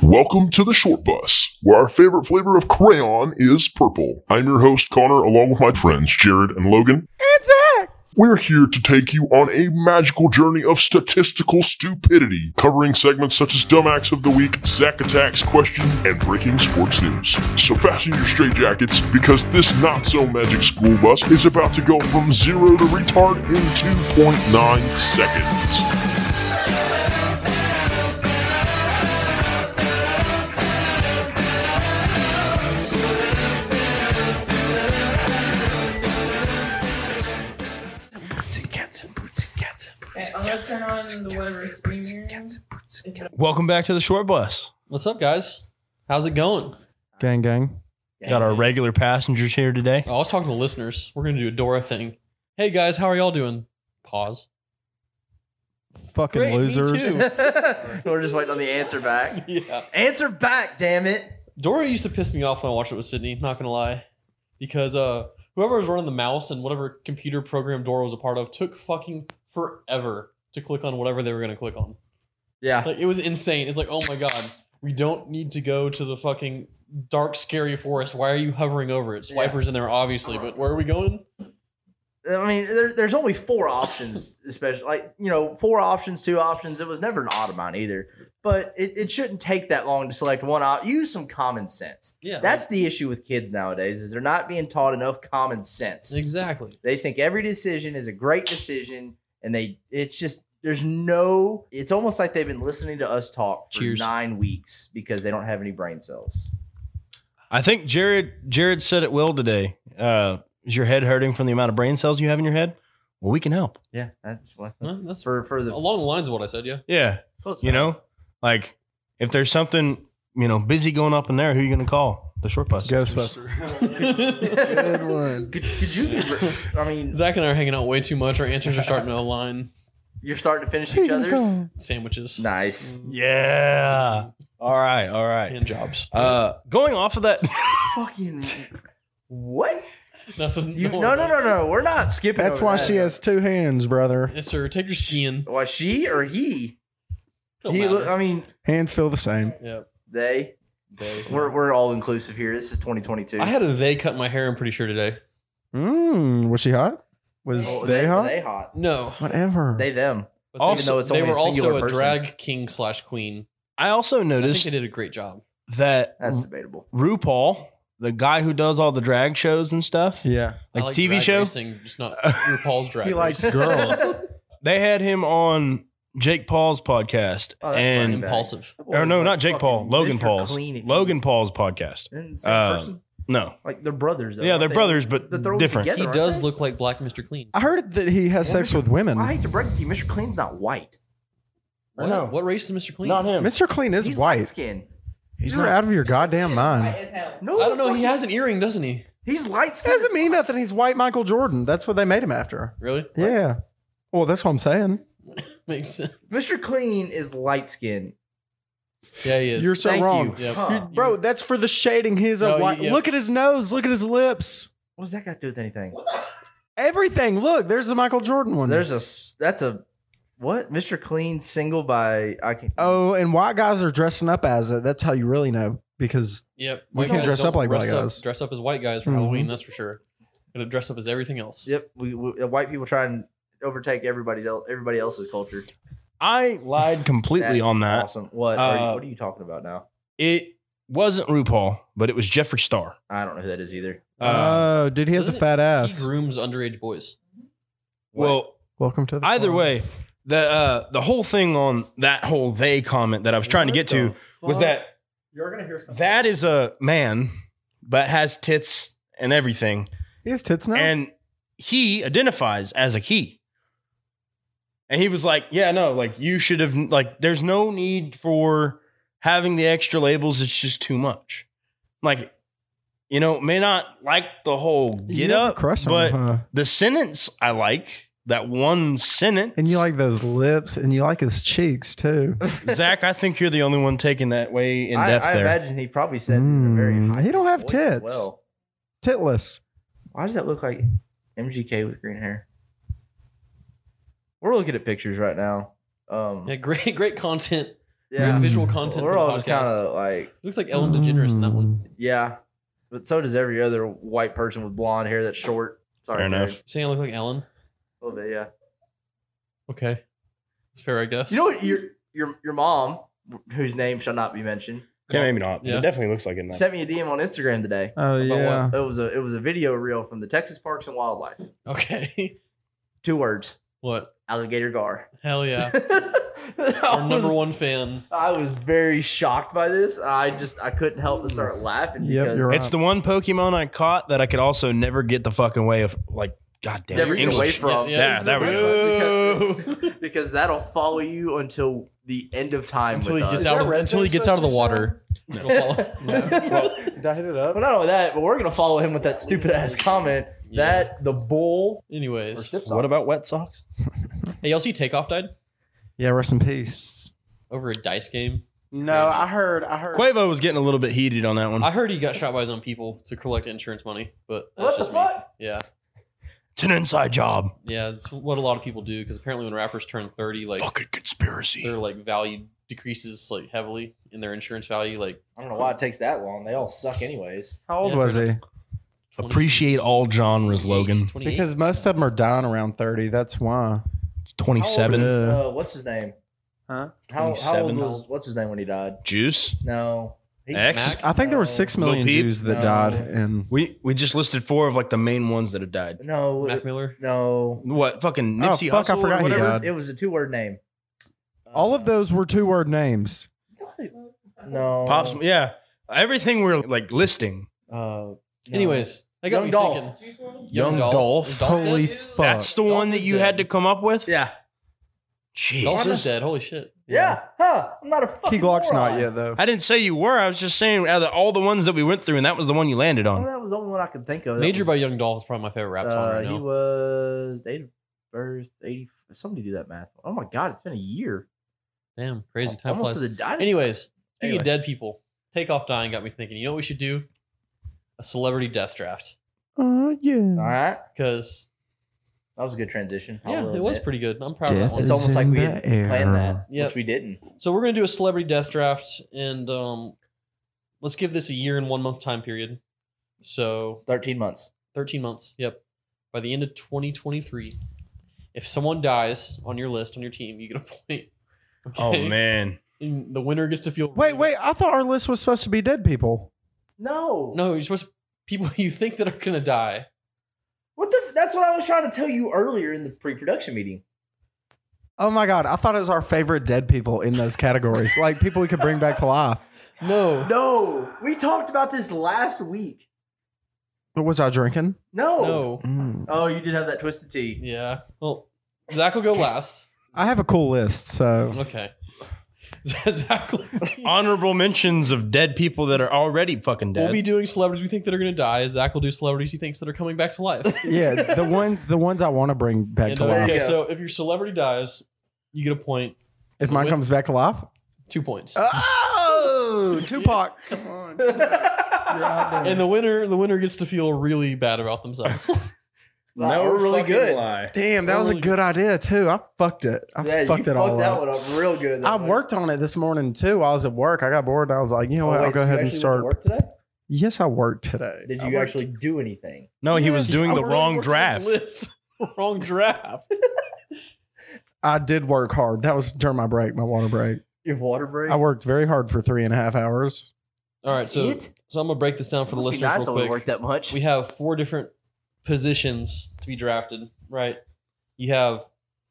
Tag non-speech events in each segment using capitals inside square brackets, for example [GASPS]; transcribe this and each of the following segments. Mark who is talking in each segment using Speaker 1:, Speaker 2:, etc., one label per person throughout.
Speaker 1: Welcome to the Short Bus, where our favorite flavor of crayon is purple. I'm your host, Connor, along with my friends, Jared and Logan.
Speaker 2: It's Zach.
Speaker 1: We're here to take you on a magical journey of statistical stupidity, covering segments such as Dumb Acts of the Week, Zach Attacks Question, and Breaking Sports News. So fasten your straitjackets, because this not so magic school bus is about to go from zero to retard in 2.9 seconds.
Speaker 3: Boots and cats and boots and cats and
Speaker 4: Okay, I'm gonna turn on the whatever screen you're in.
Speaker 3: boots and
Speaker 5: Welcome back to the short bus.
Speaker 3: What's up, guys? How's it going?
Speaker 2: Gang, gang.
Speaker 5: Got our regular passengers here today.
Speaker 3: Oh, I was talking to the listeners. We're gonna do a Dora thing. Hey guys, how are y'all doing? Pause.
Speaker 2: Fucking
Speaker 3: Great, me
Speaker 2: losers.
Speaker 3: too.
Speaker 6: [LAUGHS] We're just waiting on the answer back.
Speaker 3: [LAUGHS] Yeah.
Speaker 6: Answer back, damn it.
Speaker 3: Dora used to piss me off when I watched it with Sydney. Not gonna lie, because uh, whoever was running the mouse and whatever computer program Dora was a part of took fucking forever to click on whatever they were gonna click on.
Speaker 6: Yeah.
Speaker 3: Like it was insane. It's like, oh my god, we don't need to go to the fucking dark, scary forest. Why are you hovering over it?
Speaker 6: Yeah.
Speaker 3: Swipers in there, obviously, but where are we going?
Speaker 6: I mean, there, there's only four options, especially like, you know, four options, two options. It was never an Audubon either. But it, it shouldn't take that long to select one op. Use some common sense.
Speaker 3: Yeah,
Speaker 6: That's the issue with kids nowadays is they're not being taught enough common sense.
Speaker 3: exactly.
Speaker 6: They think every decision is a great decision and they it's just there's no it's almost like they've been listening to us talk for
Speaker 3: Cheers.
Speaker 6: 9 weeks because they don't have any brain cells.
Speaker 5: I think Jared Jared said it well today. Uh, is your head hurting from the amount of brain cells you have in your head? Well, we can help.
Speaker 6: Yeah, that's what
Speaker 3: Huh? That's
Speaker 6: for for the
Speaker 3: along the lines of what I said. Yeah,
Speaker 5: Yeah,
Speaker 6: Close
Speaker 5: you know, like if there's something you know busy going up in there, who are you going to call? The short bus.
Speaker 2: Ghostbusters. Good one.
Speaker 6: Could, could you? Be, I
Speaker 5: [LAUGHS]
Speaker 6: mean,
Speaker 3: Zach and I are hanging out way too much. Our answers are [LAUGHS] starting to align.
Speaker 6: you're starting to finish each other's.
Speaker 3: Sandwiches
Speaker 6: Nice.
Speaker 5: Yeah. All right. All right.
Speaker 3: and jobs.
Speaker 5: Uh, going off of that. [LAUGHS]
Speaker 6: Fucking what?
Speaker 3: [LAUGHS] Nothing.
Speaker 6: You,
Speaker 3: don't
Speaker 6: no,
Speaker 3: worry
Speaker 6: no,
Speaker 3: about
Speaker 6: no,
Speaker 3: it.
Speaker 6: no. We're not skipping.
Speaker 2: That's
Speaker 6: over
Speaker 2: why
Speaker 6: that.
Speaker 3: uh,
Speaker 2: she has two hands, brother.
Speaker 3: Yes, sir. Take your skin.
Speaker 6: Why she or he?
Speaker 3: Don't
Speaker 6: He.
Speaker 3: matter.
Speaker 6: look- I mean,
Speaker 2: Hands feel the same.
Speaker 3: yeah.
Speaker 6: they.
Speaker 3: [LAUGHS] They.
Speaker 6: We're we're all inclusive here. This is 2022.
Speaker 3: I had a they cut my hair. I'm pretty sure today.
Speaker 2: Mmm. Was she hot? Was
Speaker 6: Oh,
Speaker 2: they, hot?
Speaker 6: They hot.
Speaker 3: No.
Speaker 2: Whatever.
Speaker 6: They them.
Speaker 3: But
Speaker 5: Also-
Speaker 3: they-
Speaker 6: Even though it's
Speaker 3: they
Speaker 6: only
Speaker 3: were
Speaker 6: a singular
Speaker 3: also a
Speaker 6: person.
Speaker 3: drag king slash queen.
Speaker 5: I also
Speaker 3: I think
Speaker 5: noticed
Speaker 3: they did a great job.
Speaker 5: that
Speaker 6: That's debatable.
Speaker 5: RuPaul, the guy who does all the drag shows and stuff,
Speaker 2: yeah.
Speaker 3: I
Speaker 5: like, TV
Speaker 3: drag
Speaker 5: shows,
Speaker 3: racing, just [LAUGHS] not RuPaul's drag. race.
Speaker 6: [LAUGHS] Oh,
Speaker 2: girls.
Speaker 5: they had him on Jake Paul's podcast
Speaker 6: Oh,
Speaker 5: [LAUGHS]
Speaker 6: that's funny,
Speaker 5: and
Speaker 6: man.
Speaker 3: impulsive.
Speaker 5: or no, not Jake Paul,
Speaker 6: Fucking
Speaker 5: Logan
Speaker 6: Mr.
Speaker 5: Paul's,
Speaker 6: Clean and-
Speaker 5: Logan Paul's podcast.
Speaker 6: Isn't the same
Speaker 5: uh,
Speaker 6: person?
Speaker 5: No,
Speaker 6: Like they're brothers. Though,
Speaker 5: yeah,
Speaker 6: aren't
Speaker 5: they're
Speaker 6: they?
Speaker 5: brothers, but
Speaker 6: But they're all
Speaker 5: different.
Speaker 3: [LAUGHS]
Speaker 6: together.
Speaker 3: He
Speaker 6: Aren't
Speaker 3: does
Speaker 6: they?
Speaker 3: look like Black Mr. Clean.
Speaker 2: I heard that he has sex with women.
Speaker 6: I hate to break it to you, Mr. Clean's not white.
Speaker 5: I
Speaker 3: What?
Speaker 5: know.
Speaker 3: what race is Mr. Clean?
Speaker 5: Not him.
Speaker 2: Mr. Clean is
Speaker 6: He's
Speaker 2: white.
Speaker 6: light skinned.
Speaker 2: He's You're out of your goddamn mind.
Speaker 4: White as hell.
Speaker 6: No,
Speaker 3: I
Speaker 6: the
Speaker 3: don't know.
Speaker 6: fuck
Speaker 3: He has an earring, doesn't he?
Speaker 6: He's light
Speaker 2: That
Speaker 6: skinned.
Speaker 2: doesn't mean nothing. He's white Michael Jordan. That's what they made him after.
Speaker 3: Really?
Speaker 2: Yeah. Well, that's what I'm saying.
Speaker 3: Makes sense. [LAUGHS]
Speaker 6: Mr. Clean is light skinned.
Speaker 3: Yeah, he is.
Speaker 2: You're so
Speaker 6: Thank
Speaker 2: wrong.
Speaker 6: Uh, you.
Speaker 3: Yep.
Speaker 6: Huh.
Speaker 2: You- bro, that's for the shading his
Speaker 3: No,
Speaker 2: of white.
Speaker 3: yeah.
Speaker 2: Look at his nose. Look at his lips.
Speaker 6: What does that got to do with anything?
Speaker 2: Everything. Look, there's the Michael Jordan one.
Speaker 6: There's a. s- That's a. What? Mr. Clean single by I can.
Speaker 2: oh, and white guys are dressing up as it. That's how you really know because
Speaker 3: Yep.
Speaker 2: We
Speaker 3: White
Speaker 2: can
Speaker 3: guys Mm-hmm.
Speaker 2: dress
Speaker 3: don't
Speaker 2: up like
Speaker 3: dress
Speaker 2: black guys.
Speaker 3: Dress up as white guys for
Speaker 2: Mhm.
Speaker 3: Halloween, that's for sure. Gonna dress up as everything else.
Speaker 6: Yep. We, we uh, white people try and overtake everybody else. Everybody else's culture.
Speaker 5: I lied [LAUGHS] completely
Speaker 6: That's
Speaker 5: on that.
Speaker 6: Awesome. What? are
Speaker 5: Uh,
Speaker 6: you, what are you talking about now?
Speaker 5: It wasn't RuPaul, but it was Jeffree Star.
Speaker 6: I don't know who that is either.
Speaker 5: Uh,
Speaker 2: oh, dude, he has a
Speaker 3: Doesn't
Speaker 2: fat
Speaker 3: He
Speaker 2: ass.
Speaker 3: grooms underage boys.
Speaker 5: well,
Speaker 2: Welcome to the
Speaker 5: either
Speaker 2: club.
Speaker 5: way, the uh, the whole thing on that whole they comment that I was trying to get to was that
Speaker 6: you're gonna hear something?
Speaker 5: that is a man, but has tits and everything.
Speaker 2: he has tits now.
Speaker 5: and he identifies as a key. And he was like, "Yeah, no, like you should have like there's no need for having the extra labels. It's just too much. Like, you know, may not like the whole
Speaker 2: You
Speaker 5: get
Speaker 2: have a
Speaker 5: up,
Speaker 2: crush on
Speaker 5: but
Speaker 2: him, huh?
Speaker 5: the sentence I like that one sentence.
Speaker 2: and you like those lips, and you like his cheeks too.
Speaker 6: [LAUGHS]
Speaker 5: Zach? I think you're the only one taken that way in
Speaker 6: I,
Speaker 5: depth
Speaker 6: I
Speaker 5: there.
Speaker 6: imagine he probably said it in a very
Speaker 2: Mm,
Speaker 6: high.
Speaker 2: he don't have
Speaker 6: voice as
Speaker 2: tits.
Speaker 6: Well,
Speaker 2: Titless.
Speaker 6: why does that look like MGK with green hair? We're looking at pictures right now. Um,
Speaker 3: Yeah, [LAUGHS] great, great content. Great
Speaker 6: Yeah.
Speaker 3: visual content.
Speaker 6: We're
Speaker 3: for the
Speaker 6: all just
Speaker 3: podcast.
Speaker 6: kind of like,
Speaker 3: Looks like Ellen DeGeneres in that one.
Speaker 6: yeah. But so does every other white person with blonde hair that's short. Sorry,
Speaker 5: Fair enough.
Speaker 6: Derek.
Speaker 3: Saying I look like Ellen.
Speaker 6: A little bit, yeah.
Speaker 3: Okay, it's fair, I guess.
Speaker 6: You know what? Your your your mom, whose name shall not be mentioned,
Speaker 5: Yeah, maybe not.
Speaker 3: Yeah.
Speaker 5: It definitely looks like it. in that.
Speaker 6: sent me a DM on Instagram today.
Speaker 2: Oh yeah.
Speaker 6: It was a it was a video reel from the Texas Parks and Wildlife.
Speaker 3: Okay, [LAUGHS]
Speaker 6: Two words:
Speaker 3: what?
Speaker 6: alligator gar.
Speaker 3: Hell
Speaker 6: [LAUGHS]
Speaker 3: yeah,
Speaker 6: Our
Speaker 3: our number one fan.
Speaker 6: I was very shocked by this. I just I couldn't help but start laughing
Speaker 2: Mm. Yep,
Speaker 6: because
Speaker 2: you're right.
Speaker 5: It's the one Pokemon I caught that I could also never get the fucking way of. Like, goddamn,
Speaker 6: Never get
Speaker 5: English.
Speaker 6: away from.
Speaker 3: Yeah,
Speaker 5: Yeah,
Speaker 3: it's
Speaker 5: there we
Speaker 6: go.
Speaker 3: Because-
Speaker 6: because that'll follow you until the end of time
Speaker 3: until he
Speaker 6: with
Speaker 3: gets
Speaker 6: us.
Speaker 3: out
Speaker 6: [LAUGHS]
Speaker 2: there
Speaker 3: of
Speaker 2: red
Speaker 3: until he
Speaker 2: text
Speaker 3: gets out of the
Speaker 2: message
Speaker 3: water. [LAUGHS] It'll follow- No.
Speaker 2: Did I hit it up?
Speaker 6: Well, not only that, but we're gonna follow him with that stupid ass comment
Speaker 3: Yeah.
Speaker 6: that the bull.
Speaker 3: Anyways,
Speaker 6: Or
Speaker 5: What about wet socks?
Speaker 3: hey, y'all see Takeoff died
Speaker 2: Yeah. Rest in peace.
Speaker 3: over a dice game.
Speaker 2: No, I heard. I heard.
Speaker 5: Quavo was getting a little bit heated on that one.
Speaker 3: I heard he got shot by his own people to collect insurance money, but that's
Speaker 6: What the
Speaker 3: just me.
Speaker 6: fuck?
Speaker 3: Yeah,
Speaker 5: It's an inside job.
Speaker 3: yeah, that's what a lot of people do because apparently when rappers turn thirty, like
Speaker 5: Fucking conspiracy.
Speaker 3: their like value decreases like heavily in their insurance value, like
Speaker 6: I don't know why it takes that long. They all suck anyways.
Speaker 2: How old
Speaker 3: Yeah,
Speaker 2: was he?
Speaker 3: 20,
Speaker 5: Appreciate all genres, Logan.
Speaker 3: 28.
Speaker 2: Because most of them are dying around thirty. That's why.
Speaker 5: It's 27.
Speaker 2: Yeah.
Speaker 6: Uh, what's his name?
Speaker 2: Huh?
Speaker 6: How, how old
Speaker 5: 27.
Speaker 6: was what's his name when he died?
Speaker 5: Juice.
Speaker 6: No, he,
Speaker 5: X.
Speaker 2: I think there were six
Speaker 5: Oh. Lil
Speaker 2: million
Speaker 5: Peep?
Speaker 2: Jews that
Speaker 6: No.
Speaker 2: died, and
Speaker 5: We we just listed four of like the main ones that have died.
Speaker 6: no,
Speaker 3: Mac Miller.
Speaker 6: no.
Speaker 5: What fucking
Speaker 2: Oh,
Speaker 5: Nipsey
Speaker 2: fuck, I
Speaker 5: Hussle
Speaker 2: forgot
Speaker 5: or
Speaker 2: he
Speaker 5: whatever?
Speaker 2: died.
Speaker 6: It was a two word name.
Speaker 2: all of those were two-word names.
Speaker 6: Uh, No,
Speaker 5: Pops. Yeah, everything we're like listing.
Speaker 6: Uh, no.
Speaker 3: Anyways, I got
Speaker 6: Young
Speaker 3: me
Speaker 6: Dolph.
Speaker 3: thinking.
Speaker 5: Young Dolph.
Speaker 3: Is
Speaker 2: Holy
Speaker 3: dead?
Speaker 2: fuck!
Speaker 5: That's the
Speaker 3: Dolph
Speaker 5: one that
Speaker 3: is
Speaker 5: you
Speaker 3: dead.
Speaker 5: had to come up with.
Speaker 6: yeah,
Speaker 5: Jeez.
Speaker 3: Dolph is dead. Holy shit.
Speaker 6: yeah, huh? I'm not a
Speaker 2: Key
Speaker 6: fucking.
Speaker 2: Glock's not
Speaker 6: moron.
Speaker 2: yet though.
Speaker 5: I didn't say you were. I was just saying out of all the ones that we went through, and that was the one you landed
Speaker 6: Well,
Speaker 5: on.
Speaker 6: that was the only one I could think of. That
Speaker 3: Major
Speaker 6: was-
Speaker 3: by Young Dolph is probably my favorite rap song
Speaker 6: Uh,
Speaker 3: right
Speaker 6: he
Speaker 3: now.
Speaker 6: was date of birth eighty. Somebody do that math. Oh my god, it's been a year.
Speaker 3: Damn, crazy time
Speaker 6: Almost
Speaker 3: flies.
Speaker 6: to the I didn't-
Speaker 3: Anyways, speaking
Speaker 6: Anyways.
Speaker 3: of dead people, Takeoff dying got me thinking. You know what we should do? A celebrity death draft
Speaker 2: Oh
Speaker 6: All
Speaker 2: yeah.
Speaker 6: right,
Speaker 3: because
Speaker 6: that was a good transition. I'll
Speaker 3: yeah, it
Speaker 6: admit.
Speaker 3: was pretty good. I'm proud of
Speaker 2: Death
Speaker 3: that one.
Speaker 2: is
Speaker 6: It's almost like
Speaker 2: in
Speaker 6: we
Speaker 2: the
Speaker 6: had
Speaker 2: air.
Speaker 6: planned that,
Speaker 3: Yep.
Speaker 6: which we didn't.
Speaker 3: So we're gonna do a celebrity death draft, and um, let's give this a year and one month time period. So
Speaker 6: Thirteen months.
Speaker 3: 13 months. Yep. By the end of 2023, if someone dies on your list on your team, you get a [LAUGHS] point.
Speaker 5: Oh
Speaker 3: [LAUGHS] Okay?
Speaker 5: man,
Speaker 3: And the winner gets to feel.
Speaker 2: Wait, wait. I thought our list was supposed to be dead people.
Speaker 6: No,
Speaker 3: No, you're supposed to, people [LAUGHS] you think that are gonna die.
Speaker 6: What the? f- That's what I was trying to tell you earlier in the pre-production meeting.
Speaker 2: Oh my god! I thought it was our favorite dead people in those categories, like people we could bring back to life.
Speaker 3: No,
Speaker 6: [GASPS] No, we talked about this last week.
Speaker 2: But was I drinking?
Speaker 6: No.
Speaker 3: no.
Speaker 2: Mm.
Speaker 6: Oh, you did have that twisted tea.
Speaker 3: Yeah. Well, Zach will go last.
Speaker 2: I have a cool list, so
Speaker 3: Okay. [LAUGHS] Zach will,
Speaker 5: honorable mentions of dead people that are already fucking dead.
Speaker 3: will be doing celebrities we think that are gonna die. Zach will do celebrities he thinks that are coming back to life.
Speaker 2: yeah, the ones the ones I want to bring back
Speaker 3: And,
Speaker 2: to
Speaker 3: uh,
Speaker 2: life.
Speaker 3: okay,
Speaker 6: Yeah.
Speaker 3: so if your celebrity dies, you get a point,
Speaker 2: If mine
Speaker 3: win-
Speaker 2: comes back to life,
Speaker 3: two points.
Speaker 2: Ah. oh,
Speaker 6: [LAUGHS]
Speaker 2: Tupac! Come on, You're out there.
Speaker 3: and the winner, the winner gets to feel really bad
Speaker 5: [LAUGHS]
Speaker 3: about themselves.
Speaker 6: Wow, we're really good.
Speaker 5: Lie.
Speaker 2: Damn, that was a
Speaker 3: Holy-
Speaker 2: good idea too. I fucked it. I
Speaker 6: Yeah,
Speaker 2: fucked
Speaker 6: you
Speaker 2: it
Speaker 6: fucked
Speaker 2: all
Speaker 6: that
Speaker 2: up.
Speaker 6: one up real good.
Speaker 2: I worked on it this morning too. While I was at work. I got bored and I was like, you know
Speaker 6: Oh,
Speaker 2: what?
Speaker 6: wait,
Speaker 2: I'll go
Speaker 6: so you
Speaker 2: ahead and
Speaker 6: actually went to
Speaker 2: start.
Speaker 6: work today.
Speaker 2: Yes, I worked today.
Speaker 6: Did
Speaker 2: I
Speaker 6: you
Speaker 2: worked-
Speaker 6: actually do anything?
Speaker 5: No, Oh, he
Speaker 3: [LAUGHS]
Speaker 5: was
Speaker 2: Yes,
Speaker 5: doing
Speaker 2: I
Speaker 5: the
Speaker 2: really
Speaker 5: wrong
Speaker 3: Working
Speaker 5: draft.
Speaker 3: this list. [LAUGHS] wrong draft.
Speaker 2: I did work hard. That was during my break, my water break.
Speaker 6: Your water break.
Speaker 2: I worked uh, very hard for three and a half hours.
Speaker 3: All right,
Speaker 6: That's
Speaker 3: so
Speaker 6: it?
Speaker 3: so I'm gonna break this down for the
Speaker 6: Must be
Speaker 3: listeners
Speaker 6: nice to
Speaker 3: real
Speaker 6: only
Speaker 3: quick.
Speaker 6: work that much.
Speaker 3: We have four different positions to be drafted, right? You have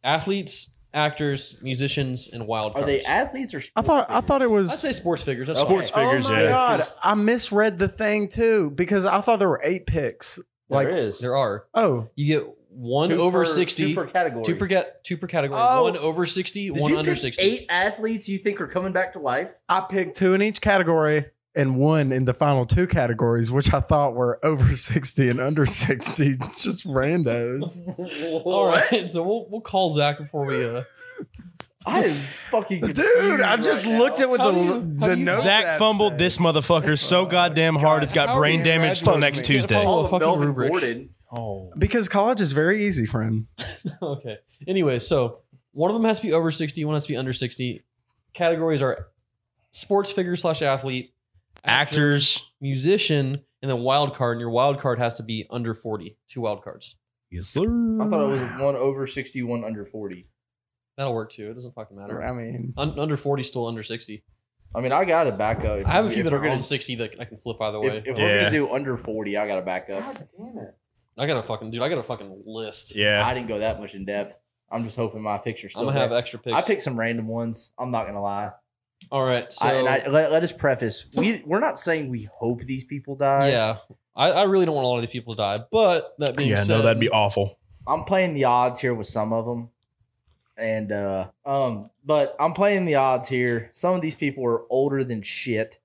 Speaker 3: athletes, actors, musicians, and wild
Speaker 6: Are
Speaker 3: cards.
Speaker 6: they athletes or?
Speaker 2: I thought I thought it
Speaker 3: I'd
Speaker 2: was
Speaker 3: say sports figures. That's
Speaker 5: Sports
Speaker 3: fine.
Speaker 5: figures,
Speaker 2: Oh my
Speaker 5: yeah.
Speaker 2: god,
Speaker 6: Just-
Speaker 2: I misread the thing too because I thought there were eight picks. Like
Speaker 6: is
Speaker 3: There are.
Speaker 2: oh,
Speaker 3: You get one
Speaker 6: Two
Speaker 3: over
Speaker 6: per-
Speaker 3: sixty.
Speaker 6: Two per category.
Speaker 3: Two per get two per category.
Speaker 2: Oh.
Speaker 3: One over sixty,
Speaker 6: Did
Speaker 3: one
Speaker 6: you
Speaker 3: under
Speaker 6: pick
Speaker 3: sixty.
Speaker 6: Eight athletes you think are coming back to life? [LAUGHS]
Speaker 2: I picked two in each category and one in the final two categories, which I thought were [LAUGHS] over sixty and under sixty, [LAUGHS] just randos.
Speaker 3: [LAUGHS] All right, so we'll we'll call Zach before we. Uh, [LAUGHS]
Speaker 6: I am fucking
Speaker 2: Dude, I just looked at what
Speaker 3: How
Speaker 2: the
Speaker 3: do you- how
Speaker 2: the
Speaker 3: do you-
Speaker 2: notes app
Speaker 5: Zach fumbled
Speaker 2: said.
Speaker 5: this motherfucker so goddamn hard it's got
Speaker 3: How
Speaker 5: brain
Speaker 3: did
Speaker 5: damage
Speaker 3: Radford
Speaker 5: till next
Speaker 3: make it?
Speaker 5: Tuesday.
Speaker 3: Oh,
Speaker 6: all
Speaker 3: a
Speaker 6: of
Speaker 3: fucking
Speaker 6: Melvin
Speaker 3: rubric.
Speaker 6: Gordon.
Speaker 5: Oh.
Speaker 2: because college is very easy, friend.
Speaker 3: okay. Anyway, so one of them has to be over sixty. One has to be under sixty. Categories are sports figure slash athlete,
Speaker 5: Actors.
Speaker 3: musician, and then wild card. And your wild card has to be under 40, two wild cards.
Speaker 5: Yes, sir.
Speaker 6: I thought it was one over 60, one under 40.
Speaker 3: That'll work too. It doesn't fucking matter.
Speaker 2: I mean,
Speaker 3: Un- under 40 is still under 60.
Speaker 6: I mean, I got to back up.
Speaker 3: I have a few
Speaker 6: If
Speaker 3: that are
Speaker 6: we're gonna-
Speaker 3: on 60 that I can flip either way.
Speaker 6: If, if we're
Speaker 5: Yeah.
Speaker 6: going to do under 40, I got to back up.
Speaker 3: I got a fucking, dude, I got a fucking list.
Speaker 5: Yeah.
Speaker 6: I didn't go that much in depth. I'm just hoping my picture's
Speaker 3: I'm
Speaker 6: still
Speaker 3: going to
Speaker 6: there.
Speaker 3: have extra picks.
Speaker 6: I picked some random ones. I'm not going to lie.
Speaker 3: All right. So,
Speaker 6: I, and I, let, let us preface. We, we're not saying we hope these people die.
Speaker 3: yeah, I, I really don't want a lot of these people to die. But that being
Speaker 5: Yeah,
Speaker 3: said,
Speaker 5: no, that'd be awful.
Speaker 6: I'm playing the odds here with some of them. And uh um but I'm playing the odds here. Some of these people are older than shit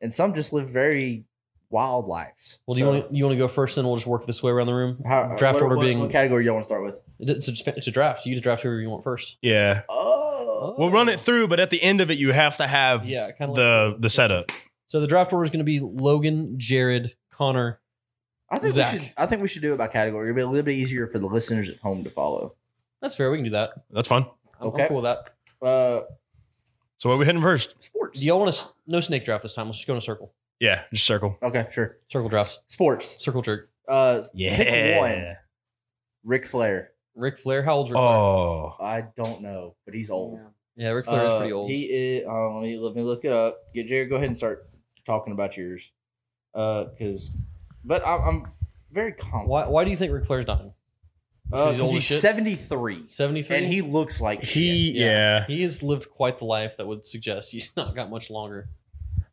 Speaker 6: and some just live very wild lives.
Speaker 3: Well, do you want to you want to go first, and we'll just work this way around the room.
Speaker 6: want
Speaker 3: draft
Speaker 6: what,
Speaker 3: order
Speaker 6: what-
Speaker 3: being-
Speaker 6: what category y'all want to start with?
Speaker 3: It's a, it's a draft. You just draft whoever you want first.
Speaker 5: Yeah.
Speaker 6: Oh.
Speaker 5: We'll run it through, but at the end of it, you have to have
Speaker 3: Yeah, kind of
Speaker 5: the the setup.
Speaker 3: So the draft order is going to be Logan, Jared, Connor.
Speaker 6: I think
Speaker 3: Zach.
Speaker 6: we should I think we should do it by category. It'll be a little bit easier for the listeners at home to follow.
Speaker 3: That's fair. We can do that.
Speaker 5: That's fun.
Speaker 3: I'm, I'm
Speaker 6: Okay.
Speaker 3: cool with that.
Speaker 6: Uh
Speaker 5: So what are we hitting first?
Speaker 6: sports.
Speaker 3: Do y'all want to no snake draft this time? Let's just go in a circle.
Speaker 5: Yeah, just circle.
Speaker 6: Okay, sure.
Speaker 3: Circle drafts.
Speaker 6: Sports.
Speaker 3: Circle jerk.
Speaker 6: Uh
Speaker 5: Yeah.
Speaker 6: one. Ric Flair.
Speaker 3: Ric Flair. How old's Ric Flair?
Speaker 5: Oh,
Speaker 6: I don't know, but he's old.
Speaker 3: Yeah, Ric Flair is
Speaker 6: Uh,
Speaker 3: pretty old.
Speaker 6: He is. Um, let, me, let me look it up. Get Jared. Go ahead and start talking about yours, because. but I'm, I'm very confident.
Speaker 3: why Why do you think Ric Flair's dying?
Speaker 6: Uh, 'cause
Speaker 3: he's old as
Speaker 6: he's
Speaker 3: shit?
Speaker 6: seventy three,
Speaker 3: Seventy three.
Speaker 6: and he looks like
Speaker 5: he
Speaker 6: shit.
Speaker 5: yeah.
Speaker 3: he has lived quite the life that would suggest he's [LAUGHS] not got much longer.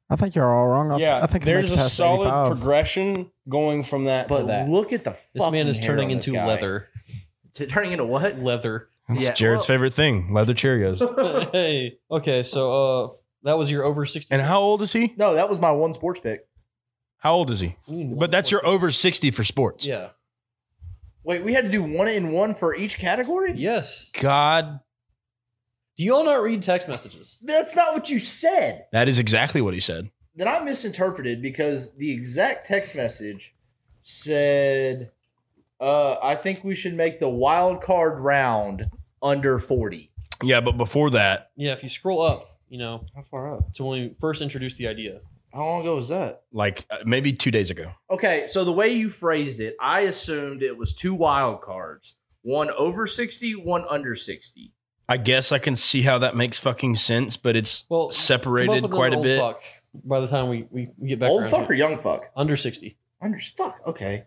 Speaker 2: I think you're all wrong. I, I think he
Speaker 5: there's
Speaker 2: makes
Speaker 5: a
Speaker 2: past
Speaker 5: solid
Speaker 2: 85.
Speaker 5: progression going from that to
Speaker 6: But
Speaker 5: that.
Speaker 6: look at the.
Speaker 3: This man
Speaker 6: fucking
Speaker 3: is
Speaker 6: hair
Speaker 3: turning
Speaker 6: on this
Speaker 3: into
Speaker 6: guy.
Speaker 3: leather. [LAUGHS]
Speaker 6: T- turning into
Speaker 5: [LAUGHS]
Speaker 6: what?
Speaker 3: Leather.
Speaker 5: That's
Speaker 6: Yeah,
Speaker 5: Jared's
Speaker 6: well-
Speaker 5: favorite thing, leather Cheerios.
Speaker 3: [LAUGHS] hey. Okay. So uh, that was your over sixty.
Speaker 5: and how old is he?
Speaker 6: No, that was my one sports pick.
Speaker 5: How old is he?
Speaker 3: Mm,
Speaker 5: But that's your over 60 for sports.
Speaker 3: Yeah.
Speaker 6: Wait, we had to do one and one for each category.
Speaker 3: Yes.
Speaker 5: God,
Speaker 3: Do y'all not read text messages?
Speaker 6: That's not what you said.
Speaker 5: that is exactly what he said.
Speaker 6: that I misinterpreted because the exact text message said, uh, "I think we should make the wild card round under 40.
Speaker 5: Yeah, but before that,
Speaker 3: Yeah. If you scroll up, you know,
Speaker 6: How far up?
Speaker 3: to when we first introduced the idea.
Speaker 6: How long ago was that?
Speaker 5: like uh, maybe two days ago.
Speaker 6: Okay, so the way you phrased it, I assumed it was two wild cards, one over sixty, one under sixty.
Speaker 5: I guess I can see how that makes fucking sense, but it's
Speaker 3: Well, Come up
Speaker 5: separated
Speaker 3: with
Speaker 5: quite a
Speaker 3: another
Speaker 5: bit.
Speaker 3: old Fuck by the time we, we we get back
Speaker 6: Old
Speaker 3: around
Speaker 6: fuck
Speaker 3: to
Speaker 6: or
Speaker 3: it.
Speaker 6: young fuck?
Speaker 3: under sixty.
Speaker 6: Under fuck. Okay.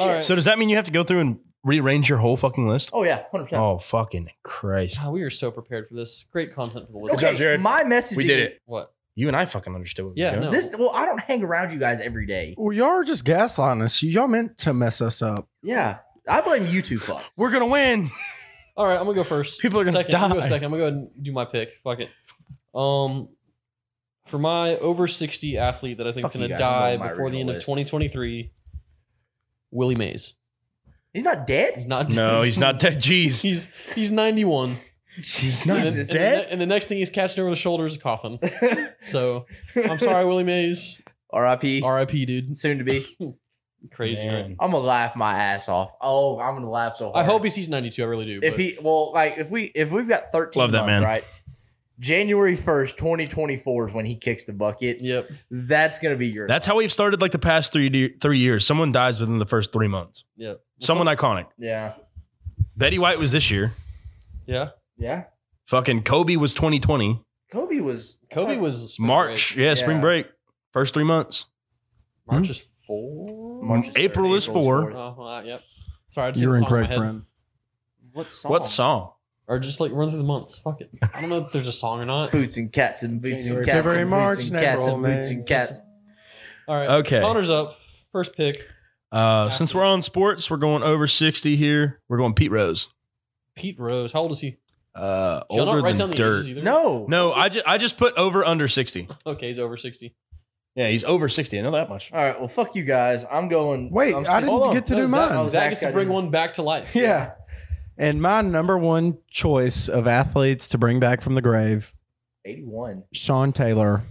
Speaker 3: All right.
Speaker 5: So does that mean you have to go through and rearrange your whole fucking list?
Speaker 6: Oh yeah, hundred percent.
Speaker 5: Oh fucking Christ.
Speaker 3: God, we are so prepared for this. Great content for the
Speaker 5: Good
Speaker 3: listeners.
Speaker 5: job,
Speaker 6: Okay,
Speaker 5: Jared.
Speaker 6: my message.
Speaker 5: We did it.
Speaker 3: What?
Speaker 5: You and I fucking understood what we
Speaker 3: Yeah,
Speaker 5: were doing.
Speaker 3: no.
Speaker 6: This well, I don't hang around you guys every day.
Speaker 2: Well, y'all are just gaslighting us. Y'all meant to mess us up.
Speaker 6: Yeah, I blame you two fuck.
Speaker 5: We're gonna [LAUGHS] win.
Speaker 3: All right, I'm gonna go first.
Speaker 5: People are gonna
Speaker 3: second, I'm gonna go
Speaker 5: die.
Speaker 3: second. I'm gonna go ahead and do my pick. Fuck it. Um, for my over sixty athlete that I think
Speaker 6: Fuck
Speaker 3: is gonna
Speaker 6: you guys, I'm
Speaker 3: die
Speaker 6: going with my
Speaker 3: before the end
Speaker 6: original
Speaker 3: of
Speaker 6: list.
Speaker 3: 2023, Willie Mays.
Speaker 6: He's not dead.
Speaker 3: He's not.
Speaker 5: No, he's not dead. Jeez.
Speaker 3: He's [LAUGHS] he's 91.
Speaker 5: [LAUGHS] He's
Speaker 3: and, then- and the ne- and the next thing he's catching over the shoulder is a coffin. So I'm sorry,
Speaker 5: [LAUGHS]
Speaker 3: Willie Mays.
Speaker 6: R.I.P.
Speaker 3: R.I.P. Dude,
Speaker 6: Soon to be.
Speaker 3: crazy.
Speaker 5: Man.
Speaker 6: I'm gonna laugh my ass off. Oh, I'm gonna laugh so hard.
Speaker 3: I hope he sees 92. I really do.
Speaker 6: if
Speaker 3: but-
Speaker 6: he well, like if we if we've got 13
Speaker 5: Love that
Speaker 6: months,
Speaker 5: man.
Speaker 6: right? January 1st, 2024 is when he kicks the bucket.
Speaker 3: Yep.
Speaker 6: That's gonna be your
Speaker 5: That's how we've started like the past three de- three years. Someone dies within the first three months.
Speaker 3: Yep.
Speaker 5: Someone iconic.
Speaker 6: yeah.
Speaker 5: Betty White was this year.
Speaker 3: Yeah.
Speaker 6: Yeah.
Speaker 5: Fucking Kobe was 2020.
Speaker 6: Kobe was uh,
Speaker 3: Kobe was spring
Speaker 5: March,
Speaker 3: break.
Speaker 5: yeah, spring
Speaker 6: Yeah.
Speaker 5: break. First three months.
Speaker 3: March is four.
Speaker 6: March is
Speaker 5: April
Speaker 6: third,
Speaker 5: is
Speaker 6: April
Speaker 5: four.
Speaker 6: fourth.
Speaker 3: Oh, uh, yep. Sorry, I just
Speaker 2: You're
Speaker 3: seen the song in
Speaker 2: incorrect,
Speaker 3: my head.
Speaker 2: friend.
Speaker 6: What song?
Speaker 5: What song?
Speaker 3: Or just like run through the months. Fuck it. I don't know if there's a song or
Speaker 5: [LAUGHS]
Speaker 3: not.
Speaker 6: Boots and cats and boots
Speaker 2: January,
Speaker 6: and cats
Speaker 2: February,
Speaker 6: and
Speaker 2: March,
Speaker 6: boots and
Speaker 2: and
Speaker 6: cats and
Speaker 2: April,
Speaker 6: boots
Speaker 2: May.
Speaker 6: and cats.
Speaker 3: All right.
Speaker 5: Okay.
Speaker 3: Connor's up. First pick.
Speaker 5: Uh, since we're on sports, we're going over 60 here. We're going Pete Rose.
Speaker 3: Pete Rose. How old is he?
Speaker 5: Uh,
Speaker 3: Did y'all not
Speaker 5: older
Speaker 3: write
Speaker 5: than
Speaker 3: down the
Speaker 5: dirt.
Speaker 3: ages either?
Speaker 6: No.
Speaker 5: No, I just, I just put over under 60.
Speaker 3: Okay, he's over 60.
Speaker 5: Yeah, he's over 60. I know that much.
Speaker 6: All right, well fuck you guys. I'm going
Speaker 2: Wait,
Speaker 6: I'm
Speaker 2: I didn't
Speaker 6: hold on.
Speaker 2: get to
Speaker 3: No,
Speaker 2: do
Speaker 3: Zach,
Speaker 2: mine.
Speaker 6: was-
Speaker 3: Zach
Speaker 6: Zach
Speaker 3: gets to
Speaker 6: got
Speaker 3: bring
Speaker 6: his-
Speaker 3: one back to life.
Speaker 2: [LAUGHS] Yeah. And my number one choice of athletes to bring back from the grave,
Speaker 6: 81.
Speaker 2: Sean Taylor.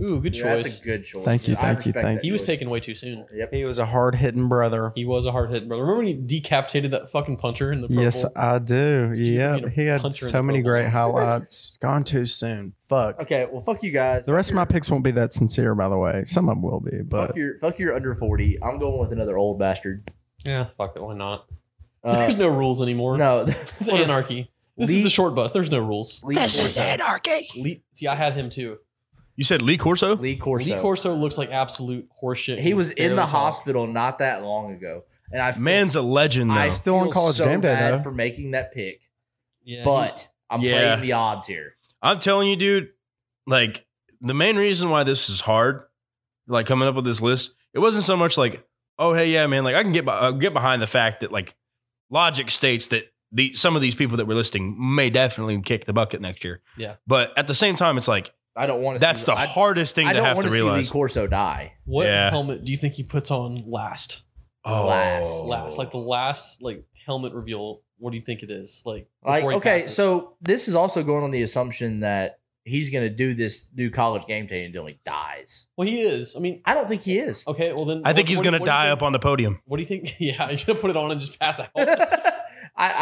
Speaker 3: Ooh, good
Speaker 6: Yeah,
Speaker 3: choice.
Speaker 6: That's a good choice.
Speaker 2: Thank you,
Speaker 6: I
Speaker 2: thank you,
Speaker 6: respect
Speaker 2: thank
Speaker 6: that
Speaker 3: he was
Speaker 6: choice.
Speaker 3: taken way too soon.
Speaker 6: Yep.
Speaker 2: He was a hard hitting brother.
Speaker 3: He was a hard hit brother. Remember when he decapitated that fucking punter in the Pro
Speaker 2: Yes,
Speaker 3: Bowl?
Speaker 2: I do.
Speaker 3: Did you
Speaker 2: Yeah,
Speaker 3: forget a
Speaker 2: he had
Speaker 3: puncher in
Speaker 2: so
Speaker 3: the
Speaker 2: many
Speaker 3: Pro Bowl? [LAUGHS]
Speaker 2: great highlights. Gone too soon. Fuck.
Speaker 6: Okay, well, fuck you guys.
Speaker 2: The rest of my picks won't be that sincere, by the way. Some of them will be, but
Speaker 6: fuck your fuck your under forty. I'm going with another old bastard.
Speaker 3: Yeah, fuck it. Why not?
Speaker 2: [LAUGHS]
Speaker 6: Uh,
Speaker 3: [LAUGHS] There's no rules anymore.
Speaker 6: no, [LAUGHS]
Speaker 3: It's anarchy. This is
Speaker 6: Lee-
Speaker 3: the short bus. There's no rules.
Speaker 6: Lee Corso.
Speaker 5: anarchy.
Speaker 3: Lee, see, I had him too.
Speaker 5: You said Lee Corso?
Speaker 6: Lee Corso.
Speaker 3: Lee Corso looks like absolute horseshit.
Speaker 6: He was in
Speaker 3: barely
Speaker 6: the
Speaker 3: talks.
Speaker 6: hospital not that long ago, and I feel-
Speaker 5: Man's a legend, though.
Speaker 6: I
Speaker 2: Still
Speaker 6: feel
Speaker 2: on College
Speaker 6: so
Speaker 2: Game Day,
Speaker 6: bad
Speaker 2: though.
Speaker 6: for making that pick,
Speaker 3: Yeah, he-
Speaker 6: but I'm
Speaker 5: Yeah.
Speaker 6: playing the odds here.
Speaker 5: I'm telling you, dude, like the main reason why this is hard, like coming up with this list, it wasn't so much like, oh hey, yeah, man, like I can get i get behind the fact that like logic states that the some of these people that we're listing may definitely kick the bucket next year.
Speaker 3: Yeah.
Speaker 5: But at the same time, it's like
Speaker 6: I don't want to.
Speaker 5: that's
Speaker 6: see,
Speaker 5: the
Speaker 6: I,
Speaker 5: hardest thing
Speaker 6: I
Speaker 5: to
Speaker 6: don't
Speaker 5: have
Speaker 6: want
Speaker 5: to
Speaker 6: to see Lee
Speaker 5: realize.
Speaker 6: Corso die.
Speaker 3: what
Speaker 5: Yeah.
Speaker 3: helmet do you think he puts on last?
Speaker 5: Oh,
Speaker 6: Last,
Speaker 3: Last, like the last like helmet reveal. What do you think it is? Like,
Speaker 6: Like,
Speaker 3: before he
Speaker 6: okay,
Speaker 3: passes.
Speaker 6: so this is also going on the assumption that he's going to do this new college game day until he dies.
Speaker 3: well, he is. I mean,
Speaker 6: I don't think he [LAUGHS] is.
Speaker 3: okay. Well, then
Speaker 5: I think
Speaker 3: what-
Speaker 5: he's
Speaker 3: what do-
Speaker 5: gonna
Speaker 3: what do you
Speaker 5: die
Speaker 3: think-
Speaker 5: up on the podium.
Speaker 3: What do you think? [LAUGHS] Yeah, he's gonna put it on and just
Speaker 6: [LAUGHS]
Speaker 3: pass out.
Speaker 6: I,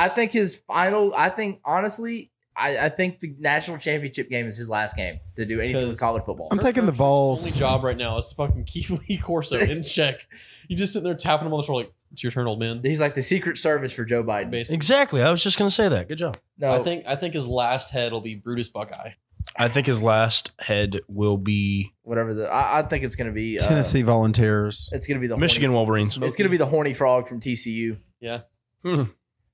Speaker 6: I think his final. I think honestly, I, I think the national championship game is his last game to do anything with
Speaker 3: Because-
Speaker 6: college football.
Speaker 3: [CLEARS THROAT]
Speaker 2: I'm taking the
Speaker 3: Kirk's
Speaker 2: Vols.
Speaker 3: Only job right now is to fucking keep [LAUGHS] Lee Corso in check. You just sitting there tapping him on the shoulder, like it's your turn, old man.
Speaker 6: He's like the Secret Service for Joe Biden.
Speaker 3: Basically,
Speaker 5: Exactly. I was just gonna say that. Good job.
Speaker 6: No,
Speaker 3: I think I think his last head will be Brutus Buckeye.
Speaker 5: I think his last head will be
Speaker 6: whatever the. I, I think it's going to be uh,
Speaker 2: Tennessee Volunteers.
Speaker 6: It's going to be the
Speaker 5: Michigan Wolverines.
Speaker 6: Horny, it's going to be the horny frog from TCU.
Speaker 5: Hmm.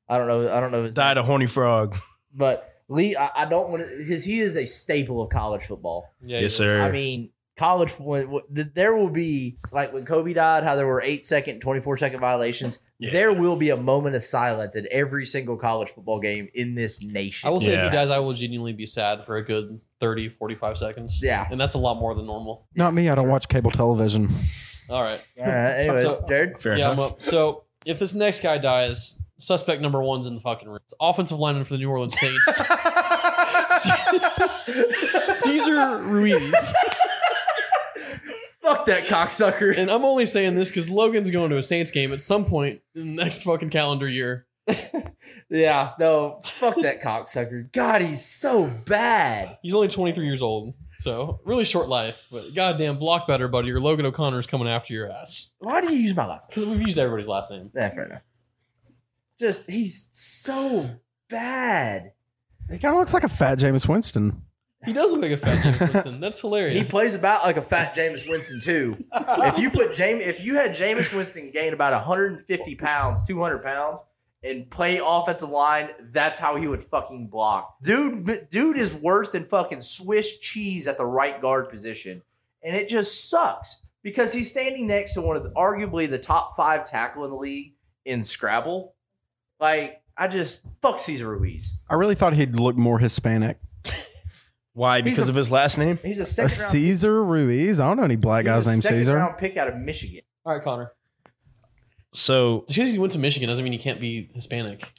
Speaker 6: I don't know. I don't know. His
Speaker 5: Died
Speaker 6: name.
Speaker 5: a horny frog.
Speaker 6: but Lee, I, I don't want to. Because he is a staple of college football.
Speaker 3: Yeah,
Speaker 5: yes,
Speaker 3: he is.
Speaker 5: sir.
Speaker 6: I mean, college when, when- there will be like when Kobe died, how there were eight second, twenty four second violations.
Speaker 5: Yeah.
Speaker 6: There will be a moment of silence at every single college football game in this nation.
Speaker 3: I will say if
Speaker 5: Yeah.
Speaker 3: he dies, I will genuinely be sad for a good 30, 45 seconds.
Speaker 6: Yeah.
Speaker 3: [LAUGHS] And that's a lot more than normal.
Speaker 2: Not me. I don't watch cable television.
Speaker 3: All right.
Speaker 6: All right. Uh, Anyways,
Speaker 3: So-
Speaker 6: Jared.
Speaker 5: Fair
Speaker 3: yeah, I'm
Speaker 5: enough.
Speaker 3: up. So if this next guy dies, suspect number one's in the fucking room. It's offensive lineman for the New Orleans
Speaker 5: [LAUGHS]
Speaker 3: Saints,
Speaker 4: [LAUGHS]
Speaker 3: Caesar Ruiz.
Speaker 6: Fuck that cocksucker.
Speaker 3: And I'm only saying this because Logan's going to a Saints game at some point in the next fucking calendar year.
Speaker 6: [LAUGHS] Yeah, no, fuck that cocksucker. God, he's so bad.
Speaker 3: He's only 23 years old, so really short life. But goddamn, block better, buddy, or Logan O'Connor's coming after your ass.
Speaker 6: Why do you use my last?
Speaker 3: [LAUGHS] Because we've used everybody's last name.
Speaker 6: Yeah, fair enough. Just he's so bad.
Speaker 2: He kind of looks like a fat James Winston.
Speaker 3: He does look like a fat James Winston. That's
Speaker 6: [LAUGHS] He
Speaker 3: hilarious.
Speaker 6: plays about like a fat Jameis Winston too. if you put James, if you had Jameis Winston gain about 150 pounds, 200 pounds, and play offensive line, that's how he would fucking block. Dude, dude is worse than fucking Swiss cheese at the right guard position, and it just sucks because he's standing next to one of the, arguably the top five tackle in the league in Scrabble. Like, I just fuck Cesar Ruiz.
Speaker 2: I really thought he'd look more Hispanic.
Speaker 5: Why?
Speaker 6: He's
Speaker 5: Because
Speaker 6: a-
Speaker 5: of his last name?
Speaker 6: He's a
Speaker 2: A
Speaker 6: second round.
Speaker 2: Caesar Ruiz. I don't know any black
Speaker 6: he's
Speaker 2: guys
Speaker 6: a
Speaker 2: named
Speaker 6: second
Speaker 2: Caesar.
Speaker 6: round pick out of Michigan.
Speaker 3: All right, Connor.
Speaker 5: So
Speaker 3: Just because he went to Michigan doesn't mean he can't be Hispanic.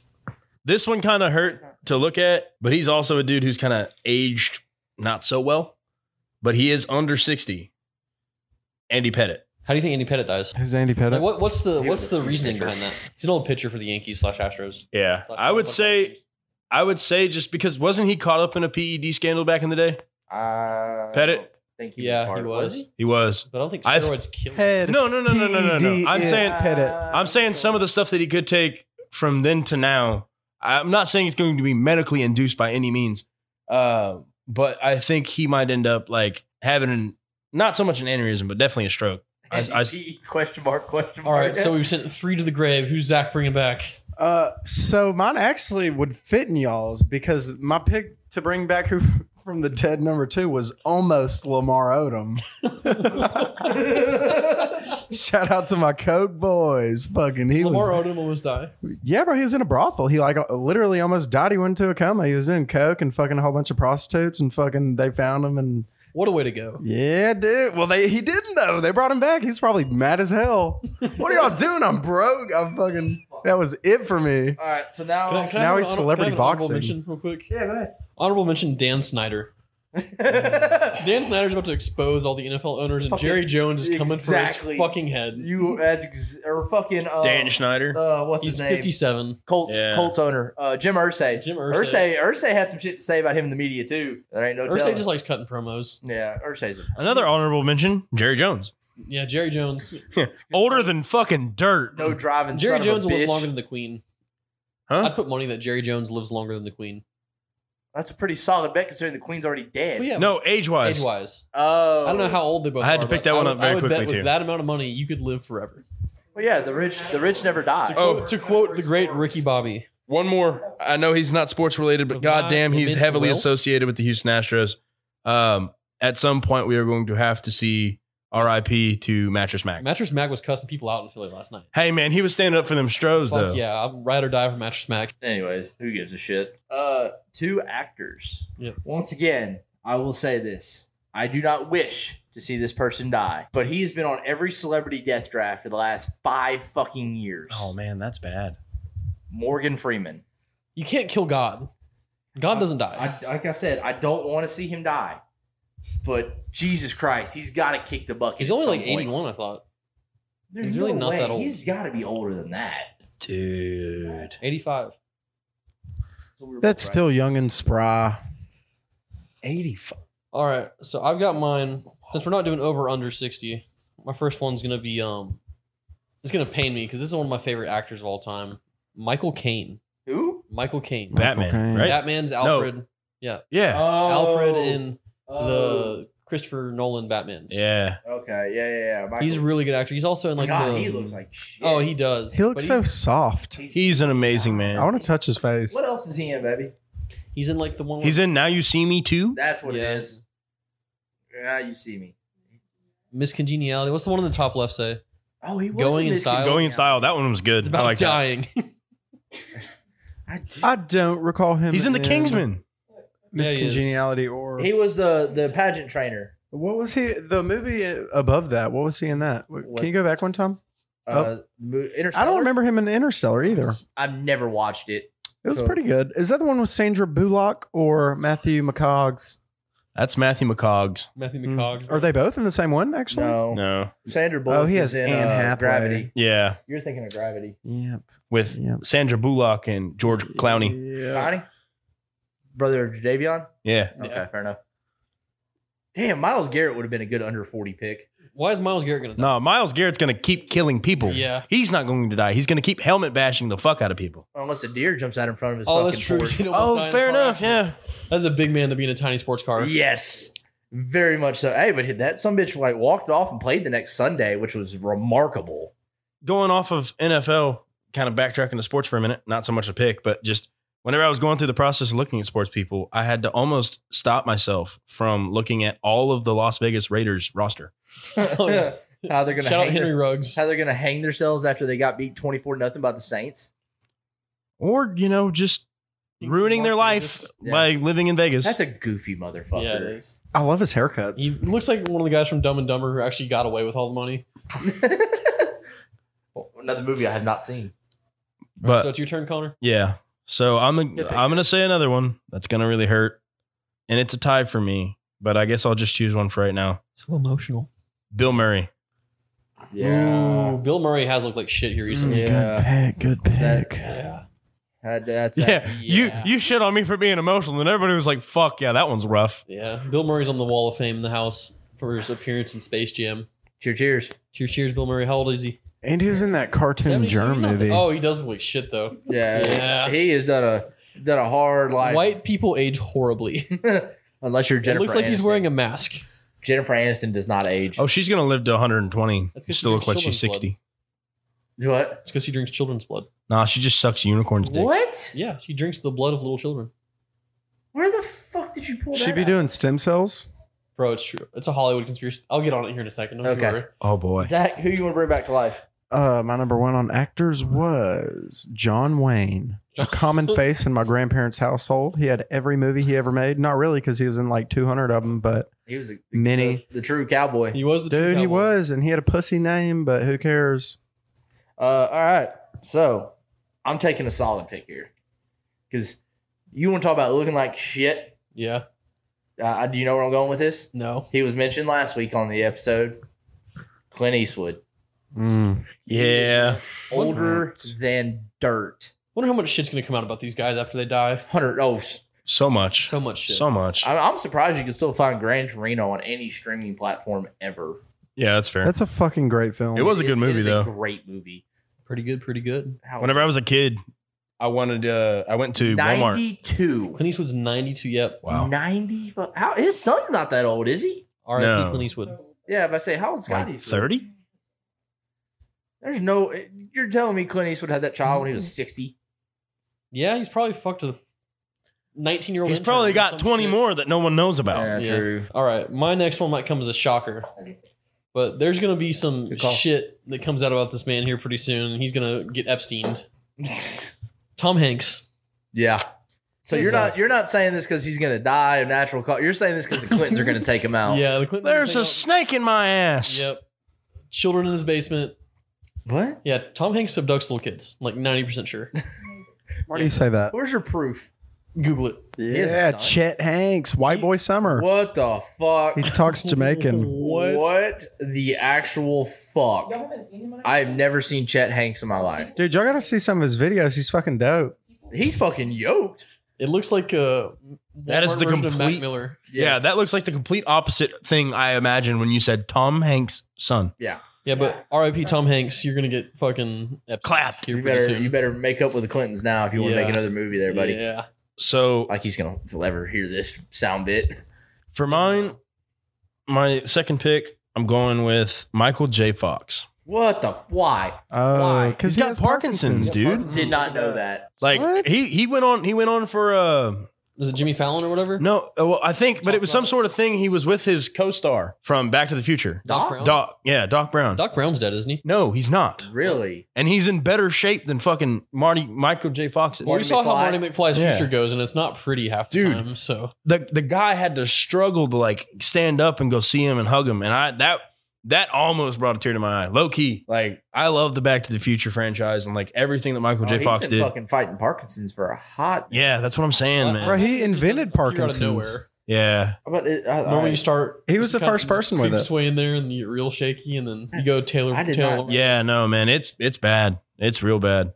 Speaker 5: this one kind of hurt to look at, but he's also a dude who's kind of aged not so well, but he is under 60. Andy Pettit.
Speaker 3: How do you think Andy Pettit dies?
Speaker 2: Who's Andy
Speaker 3: Like,
Speaker 2: Pettit?
Speaker 3: what, what's the
Speaker 6: He
Speaker 3: what's
Speaker 6: was
Speaker 3: the
Speaker 6: a
Speaker 3: reasoning
Speaker 6: pitcher.
Speaker 3: behind that? He's an old pitcher for the Yankees slash Astros.
Speaker 5: Yeah.
Speaker 3: Slash
Speaker 5: I would
Speaker 3: Buckeyes.
Speaker 5: say, I would say just because wasn't he caught up in a PED scandal back in the day?
Speaker 6: Uh,
Speaker 5: Pettit?
Speaker 6: Thank you.
Speaker 3: yeah, he was,
Speaker 5: He was. E
Speaker 3: but I don't think
Speaker 5: I th-
Speaker 3: steroids kill.
Speaker 2: Head.
Speaker 5: No, no, no, no, no, no, no. I'm
Speaker 2: PED.
Speaker 5: saying,
Speaker 2: Pettit.
Speaker 5: I'm saying some of the stuff that he could take from then to now. I'm not saying it's going to be medically induced by any means, uh, but I think he might end up like having an, not so much an aneurysm, but definitely a [LAUGHS] stroke. I- I-
Speaker 6: [LAUGHS] question mark question
Speaker 3: All
Speaker 6: mark.
Speaker 3: right, so we've sent three to the grave. Who's Zach bringing back?
Speaker 2: Uh, so mine actually would fit in y'all's because my pick to bring back who [LAUGHS] from the dead number two was almost Lamar Odom. [LAUGHS] Shout out to my Coke boys. Fucking he
Speaker 3: Lamar
Speaker 2: was
Speaker 3: Odom almost die.
Speaker 2: yeah, bro. He was in a brothel. He like literally almost died. He went to a coma. He was doing coke and fucking a whole bunch of prostitutes and fucking they found him and
Speaker 3: What a way to go!
Speaker 2: yeah, dude. Well, they he didn't though. They brought him back. He's probably mad as hell. what are y'all doing? I'm broke. I'm fucking. That was it for me.
Speaker 6: All right, so now
Speaker 3: Can I- can I
Speaker 2: Now
Speaker 3: have
Speaker 2: he's
Speaker 3: an honor-
Speaker 2: celebrity
Speaker 3: can I have an honorable
Speaker 2: boxing.
Speaker 3: Mention real quick.
Speaker 6: yeah, go ahead.
Speaker 3: Honorable mention: Dan Snyder. Dan Snyder's about to expose all the NFL owners, and
Speaker 6: Fucking-
Speaker 3: Jerry Jones is coming for
Speaker 6: Exactly.
Speaker 3: his fucking head.
Speaker 6: [LAUGHS] you that's ex- or fucking uh,
Speaker 5: Dan Schneider.
Speaker 6: uh what's
Speaker 3: He's
Speaker 6: his name?
Speaker 3: 57.
Speaker 6: Colts
Speaker 5: Yeah.
Speaker 6: Colts owner uh, Jim Ursay.
Speaker 3: Jim Ursay.
Speaker 6: Ursay Ursay had some shit to say about him in the media too. There ain't no
Speaker 3: Ursay
Speaker 6: telling.
Speaker 3: just likes cutting promos.
Speaker 6: yeah Ursay's a
Speaker 5: Another honorable mention, Jerry Jones.
Speaker 3: Yeah, Jerry Jones.
Speaker 5: Older than fucking dirt.
Speaker 6: no driving.
Speaker 3: Jerry
Speaker 6: son
Speaker 3: Jones
Speaker 6: of a
Speaker 3: lives
Speaker 6: bitch.
Speaker 3: longer than the Queen.
Speaker 5: Huh?
Speaker 3: I'd put money that Jerry Jones lives longer than the Queen.
Speaker 6: That's a pretty solid bet considering the Queen's already dead.
Speaker 3: Well, yeah,
Speaker 5: No, age wise.
Speaker 3: age wise.
Speaker 6: Oh,
Speaker 3: I don't know how old they both are.
Speaker 5: I had to pick
Speaker 3: but
Speaker 5: that one
Speaker 3: I
Speaker 5: up
Speaker 3: would-
Speaker 5: very
Speaker 3: I would
Speaker 5: quickly,
Speaker 3: bet
Speaker 5: too.
Speaker 3: With that amount of money, you could live forever.
Speaker 6: Well, yeah, the rich the rich never die.
Speaker 3: To,
Speaker 5: Oh.
Speaker 3: quote, to quote the great Ricky Bobby,
Speaker 5: One more. I know he's not sports related, but
Speaker 3: Of my
Speaker 5: goddamn, he's
Speaker 3: immense
Speaker 5: heavily
Speaker 3: wealth?
Speaker 5: associated with the Houston Astros. Um, at some point, we are going to have to see RIP to Mattress Mac.
Speaker 3: Mattress Mac was cussing people out in Philly last night.
Speaker 5: hey, man, he was standing up for them Stros,
Speaker 3: Fuck
Speaker 5: though.
Speaker 3: yeah, I'm ride or die for Mattress Mac.
Speaker 6: Anyways, who gives a shit? Uh, two actors.
Speaker 3: Yep.
Speaker 6: Once again, I will say this: I do not wish to see this person die, but he has been on every celebrity death draft for the last five fucking years.
Speaker 5: Oh, man, that's bad.
Speaker 6: Morgan Freeman.
Speaker 3: You can't kill God. God doesn't die.
Speaker 6: I, like I said, I don't want to see him die, but Jesus Christ, he's got to kick the bucket.
Speaker 3: He's
Speaker 6: at
Speaker 3: only
Speaker 6: some
Speaker 3: like
Speaker 6: point.
Speaker 3: 81, I thought.
Speaker 6: There's
Speaker 3: He's
Speaker 6: no
Speaker 3: really not
Speaker 6: way.
Speaker 3: that old.
Speaker 6: He's got to be older than that.
Speaker 5: Dude.
Speaker 3: 85.
Speaker 2: That's still young and spry.
Speaker 5: 85.
Speaker 3: All right, so I've got mine. Since we're not doing over or under 60, my first one's going to be, um, it's going to pain me because this is one of my favorite actors of all time Michael Caine.
Speaker 6: who?
Speaker 3: Michael Caine.
Speaker 5: Batman,
Speaker 2: Caine.
Speaker 5: right?
Speaker 3: Batman's Alfred.
Speaker 5: yeah.
Speaker 6: Oh.
Speaker 3: Alfred in
Speaker 6: Oh.
Speaker 3: the Christopher Nolan Batman's.
Speaker 5: yeah.
Speaker 6: Okay, yeah, yeah, yeah. Michael-
Speaker 3: He's a really good actor. He's also in like
Speaker 6: God,
Speaker 3: the.
Speaker 6: he looks like shit.
Speaker 3: Oh, he does.
Speaker 2: He looks
Speaker 3: But
Speaker 2: so
Speaker 3: he's,
Speaker 2: soft.
Speaker 6: He's-
Speaker 5: He's an amazing
Speaker 2: I
Speaker 5: man.
Speaker 2: want to touch his face.
Speaker 6: What else is he in, baby?
Speaker 3: He's in like the one.
Speaker 5: He's
Speaker 3: with
Speaker 5: in Now You See Me Too.
Speaker 6: That's what
Speaker 3: Yeah.
Speaker 6: it is. Now you see me.
Speaker 3: Miss Congeniality. What's the one in the top left say?
Speaker 6: Oh, he was
Speaker 3: Going in
Speaker 6: Miss
Speaker 3: Style.
Speaker 5: Going in
Speaker 6: Congeniality.
Speaker 5: Style. That one was good.
Speaker 3: It's
Speaker 5: I
Speaker 3: about
Speaker 5: like that. [LAUGHS]
Speaker 3: dying.
Speaker 6: I do-
Speaker 2: I don't recall him.
Speaker 5: He's in The Kingsman.
Speaker 2: Miss
Speaker 3: Yeah, he is.
Speaker 2: Congeniality or
Speaker 6: he was the the pageant trainer.
Speaker 2: what was he? The movie above that. What was he in that?
Speaker 6: What?
Speaker 2: Can you go back one time?
Speaker 6: Uh, mo-
Speaker 2: Oh. I
Speaker 6: Interstellar?
Speaker 2: don't remember him in Interstellar either.
Speaker 6: I've never watched it.
Speaker 2: It was
Speaker 6: So-
Speaker 2: pretty good. Is that the one with Sandra Bullock or Matthew McCoggs?
Speaker 5: That's Matthew McCoggs.
Speaker 3: Matthew
Speaker 2: Mm.
Speaker 3: McCogg.
Speaker 2: Are they both in the same one? Actually,
Speaker 3: Oh.
Speaker 6: No.
Speaker 5: No.
Speaker 6: Sandra Bullock.
Speaker 2: Oh, he has
Speaker 6: is in
Speaker 2: Anne
Speaker 6: uh,
Speaker 2: Hathaway.
Speaker 6: Gravity.
Speaker 5: Yeah.
Speaker 6: You're thinking of Gravity.
Speaker 2: Yep.
Speaker 5: With
Speaker 2: Yeah.
Speaker 5: Sandra Bullock and George Clowney.
Speaker 2: Yeah.
Speaker 6: Connie, brother of Jadavion.
Speaker 5: Yeah.
Speaker 3: Yeah.
Speaker 6: Okay, fair enough. Damn, Miles Garrett would have been a good under forty pick.
Speaker 3: Why is Miles Garrett going to die?
Speaker 5: No, Miles Garrett's going to keep killing people.
Speaker 3: Yeah.
Speaker 5: He's not going to die. He's going to keep helmet bashing the fuck out of people.
Speaker 6: Unless a deer jumps out in front of his.
Speaker 3: Oh,
Speaker 6: fucking
Speaker 3: that's true.
Speaker 6: porch.
Speaker 3: [LAUGHS] He almost died in a car accident. That's a big man to be in a tiny sports car.
Speaker 6: Yes. Very much so. Hey, but that some bitch like walked off and played the next Sunday, which was remarkable.
Speaker 5: Going off of NFL, kind of backtracking to sports for a minute, not so much a pick, but just whenever I was going through the process of looking at sports people, I had to almost stop myself from looking at all of the Las Vegas Raiders roster.
Speaker 3: [LAUGHS] Oh, yeah.
Speaker 6: How they're gonna
Speaker 3: Shout out
Speaker 6: hang
Speaker 3: Henry
Speaker 6: their-
Speaker 3: Ruggs.
Speaker 6: how they're gonna hang themselves after they got beat twenty four nothing by the Saints.
Speaker 5: Or, you know, just ruining their life
Speaker 6: Yeah.
Speaker 5: by living in Vegas.
Speaker 6: That's a goofy
Speaker 3: Yeah, it
Speaker 6: motherfucker. [LAUGHS]
Speaker 3: is.
Speaker 2: I love his haircuts.
Speaker 3: He looks like one of the guys from Dumb and Dumber who actually got away with all the money.
Speaker 6: Well, Oh, Another movie I have not seen.
Speaker 5: but
Speaker 3: so it's your turn, Connor.
Speaker 5: Yeah. So I'm
Speaker 6: Good pick.
Speaker 5: I'm gonna say another one that's gonna really hurt, and it's a tie for me. But I guess I'll just choose one for right now.
Speaker 3: So emotional.
Speaker 5: Bill Murray.
Speaker 3: Ooh, Bill Murray has looked like shit here recently.
Speaker 2: Mm,
Speaker 6: Yeah.
Speaker 2: Good pick. Good
Speaker 6: That-
Speaker 2: pick.
Speaker 3: Yeah.
Speaker 6: That- that's,
Speaker 5: Yeah,
Speaker 6: that's-
Speaker 3: yeah.
Speaker 5: You you shit on me for being emotional, and everybody was like, "Fuck yeah, that one's rough."
Speaker 3: Yeah. Bill Murray's on the Wall of Fame in the house for his appearance in Space Jam.
Speaker 6: Cheer, cheers.
Speaker 3: Cheers, cheers, Bill Murray. How old is he?
Speaker 2: and he was in that cartoon
Speaker 3: 72?
Speaker 2: germ
Speaker 3: He's not the-
Speaker 2: movie.
Speaker 3: oh, he does look like shit though.
Speaker 6: Yeah,
Speaker 3: Yeah.
Speaker 6: He has done a done a hard life.
Speaker 3: White people age horribly.
Speaker 6: [LAUGHS]
Speaker 3: [LAUGHS]
Speaker 6: Unless you're
Speaker 3: it
Speaker 6: Jennifer.
Speaker 3: looks like he's
Speaker 6: Aniston.
Speaker 3: wearing a mask.
Speaker 6: Jennifer Aniston does not age.
Speaker 5: Oh, she's gonna live to 120.
Speaker 3: That's 'cause she
Speaker 5: Still look
Speaker 3: drinks
Speaker 5: like she's
Speaker 3: children's
Speaker 5: 60.
Speaker 6: What?
Speaker 3: It's because he drinks children's blood.
Speaker 5: Nah, she just sucks unicorns' dicks.
Speaker 6: What?
Speaker 3: Yeah, she drinks the blood of little children.
Speaker 6: Where the fuck did you pull Oh, that?
Speaker 2: Should be
Speaker 6: out?
Speaker 2: doing stem cells.
Speaker 3: Bro, it's true. It's a Hollywood conspiracy. I'll get on it here in a second. Don't you
Speaker 6: Okay.
Speaker 3: worry.
Speaker 5: Oh boy.
Speaker 6: Zach, who you want to bring back to life?
Speaker 2: Uh, my number one on actors was John Wayne. A common face in my grandparents' household. He had every movie he ever made. Not really, because he was in like 200 of them, but
Speaker 6: He was a,
Speaker 2: Many.
Speaker 6: the, the true cowboy.
Speaker 3: He was the true
Speaker 2: dude, he
Speaker 3: cowboy.
Speaker 2: was, and he had a pussy name, but who cares?
Speaker 6: Uh, all right, so I'm taking a solid pick here because you want to talk about looking like shit.
Speaker 3: Yeah.
Speaker 6: Uh, do you know where I'm going with this?
Speaker 3: No.
Speaker 6: He was mentioned last week on the episode. Clint Eastwood,
Speaker 2: Mm.
Speaker 5: Yeah.
Speaker 6: older than dirt.
Speaker 3: Wonder how much shit's gonna come out about these guys after they die.
Speaker 6: Hundred. Oh, s-
Speaker 5: So much.
Speaker 3: So much shit.
Speaker 5: So much.
Speaker 6: I- I'm surprised you can still find Gran Torino on any streaming platform ever.
Speaker 5: Yeah, that's fair.
Speaker 2: That's a fucking great film.
Speaker 5: It was- a good
Speaker 6: is-
Speaker 5: movie,
Speaker 6: is
Speaker 5: though.
Speaker 6: A great movie.
Speaker 3: pretty good, pretty good.
Speaker 6: How,
Speaker 5: Whenever I was a kid, I wanted uh I went to Walmart.
Speaker 6: 92.
Speaker 3: Clint Eastwood's 92. Yep.
Speaker 5: Wow.
Speaker 6: 90. fu- How his son's not that old, is he?
Speaker 3: R.I.P.
Speaker 5: No.
Speaker 3: Clint Eastwood.
Speaker 6: Yeah, if I say how old Scotty?
Speaker 5: Like 30?
Speaker 6: There's no. eh, You're telling me Clint Eastwood had that child when he
Speaker 3: Mm.
Speaker 6: was 60?
Speaker 3: Yeah, he's probably fucked with 19 year old.
Speaker 5: He's probably got 20 more that no one knows about.
Speaker 6: Yeah,
Speaker 3: Oh, Yeah.
Speaker 6: true.
Speaker 3: All right, my next one might come as a shocker, but there's gonna be some
Speaker 6: Good call.
Speaker 3: shit that comes out about this man here pretty soon. He's gonna get
Speaker 5: [LAUGHS]
Speaker 3: Epsteined. Tom Hanks.
Speaker 6: Yeah. So
Speaker 3: Yes,
Speaker 6: you're
Speaker 3: sir.
Speaker 6: not you're not saying this because he's gonna die of natural cause. You're saying this because the Clintons are gonna take him
Speaker 3: [LAUGHS]
Speaker 6: out.
Speaker 3: Yeah, the Clinton.
Speaker 5: There's a snake in my ass.
Speaker 3: Yep. Children in his basement.
Speaker 6: What?
Speaker 3: Yeah, Tom Hanks abducts little kids. I'm like 90%
Speaker 5: [LAUGHS]
Speaker 3: sure.
Speaker 2: Why do you say that?
Speaker 6: Where's your proof?
Speaker 3: Google it.
Speaker 6: has a
Speaker 2: Yeah,
Speaker 6: son.
Speaker 2: Chet Hanks, White Boy Summer.
Speaker 6: What the fuck?
Speaker 2: He talks Jamaican.
Speaker 6: What? the actual fuck?
Speaker 4: Y'all haven't seen him in a
Speaker 6: I've never seen Chet Hanks in my life.
Speaker 2: Dude, y'all gotta see some of his videos. He's fucking dope.
Speaker 6: He's fucking yoked.
Speaker 3: It looks like a
Speaker 5: That is
Speaker 3: Walmart
Speaker 5: the
Speaker 3: version of Mac
Speaker 5: complete-
Speaker 3: Miller.
Speaker 5: Yeah, that looks like the complete opposite thing I imagined when you said Tom Hanks' son.
Speaker 3: Yeah, but R.I.P. Tom Hanks, you're gonna get fucking Epsteined
Speaker 5: Clapped.
Speaker 3: here
Speaker 6: You
Speaker 3: pretty
Speaker 6: better
Speaker 3: soon.
Speaker 6: you better make up with the Clintons now if you want
Speaker 3: Yeah.
Speaker 6: to make another movie there, buddy.
Speaker 3: Yeah,
Speaker 5: So
Speaker 6: Like he's gonna ever hear this sound bit.
Speaker 5: for mine, my second pick, I'm going with Michael J. Fox.
Speaker 6: What the? Why?
Speaker 2: Oh,
Speaker 6: Why?
Speaker 2: because
Speaker 5: He's got Parkinson's, dude.
Speaker 6: Did not know that.
Speaker 5: Like
Speaker 2: What?
Speaker 5: he he went on he went on for uh
Speaker 3: was it Jimmy Fallon or whatever?
Speaker 5: no uh, well I think but it was some sort of thing he was with his co-star from Back to the Future.
Speaker 3: Doc
Speaker 6: Doc?
Speaker 3: Brown. Doc,
Speaker 5: Doc yeah Doc Brown.
Speaker 3: Brown's dead, isn't he?
Speaker 5: No, he's not,
Speaker 6: Really?
Speaker 5: and he's in better shape than fucking Marty Michael J. Fox is.
Speaker 3: Well,
Speaker 6: Marty
Speaker 3: we saw how Marty
Speaker 6: McFly?
Speaker 3: McFly's
Speaker 5: Yeah.
Speaker 3: future goes, and it's not pretty half the
Speaker 5: Dude.
Speaker 3: time. So
Speaker 5: the the guy had to struggle to like stand up and go see him and hug him, and I that that almost brought a tear to my eye. Low key, like I love the Back to the Future franchise and like everything that Michael
Speaker 6: Oh,
Speaker 5: J.
Speaker 6: he's
Speaker 5: Fox
Speaker 6: been
Speaker 5: did.
Speaker 6: fucking fighting Parkinson's for a hot.
Speaker 5: Yeah, that's what I'm saying, man.
Speaker 2: Bro, he
Speaker 3: It just
Speaker 2: invented
Speaker 3: doesn't appear
Speaker 2: Parkinson's.
Speaker 3: Out of nowhere.
Speaker 5: Yeah,
Speaker 6: But it, I,
Speaker 3: Normally,
Speaker 6: I-
Speaker 3: you start.
Speaker 2: He was the first person with
Speaker 3: His
Speaker 2: it.
Speaker 3: way in there, and you get real shaky, and then you go
Speaker 6: That's-
Speaker 3: Taylor.
Speaker 6: I did
Speaker 3: Taylor
Speaker 6: not-
Speaker 3: Lawrence.
Speaker 5: yeah, no, man, it's it's bad. It's real bad.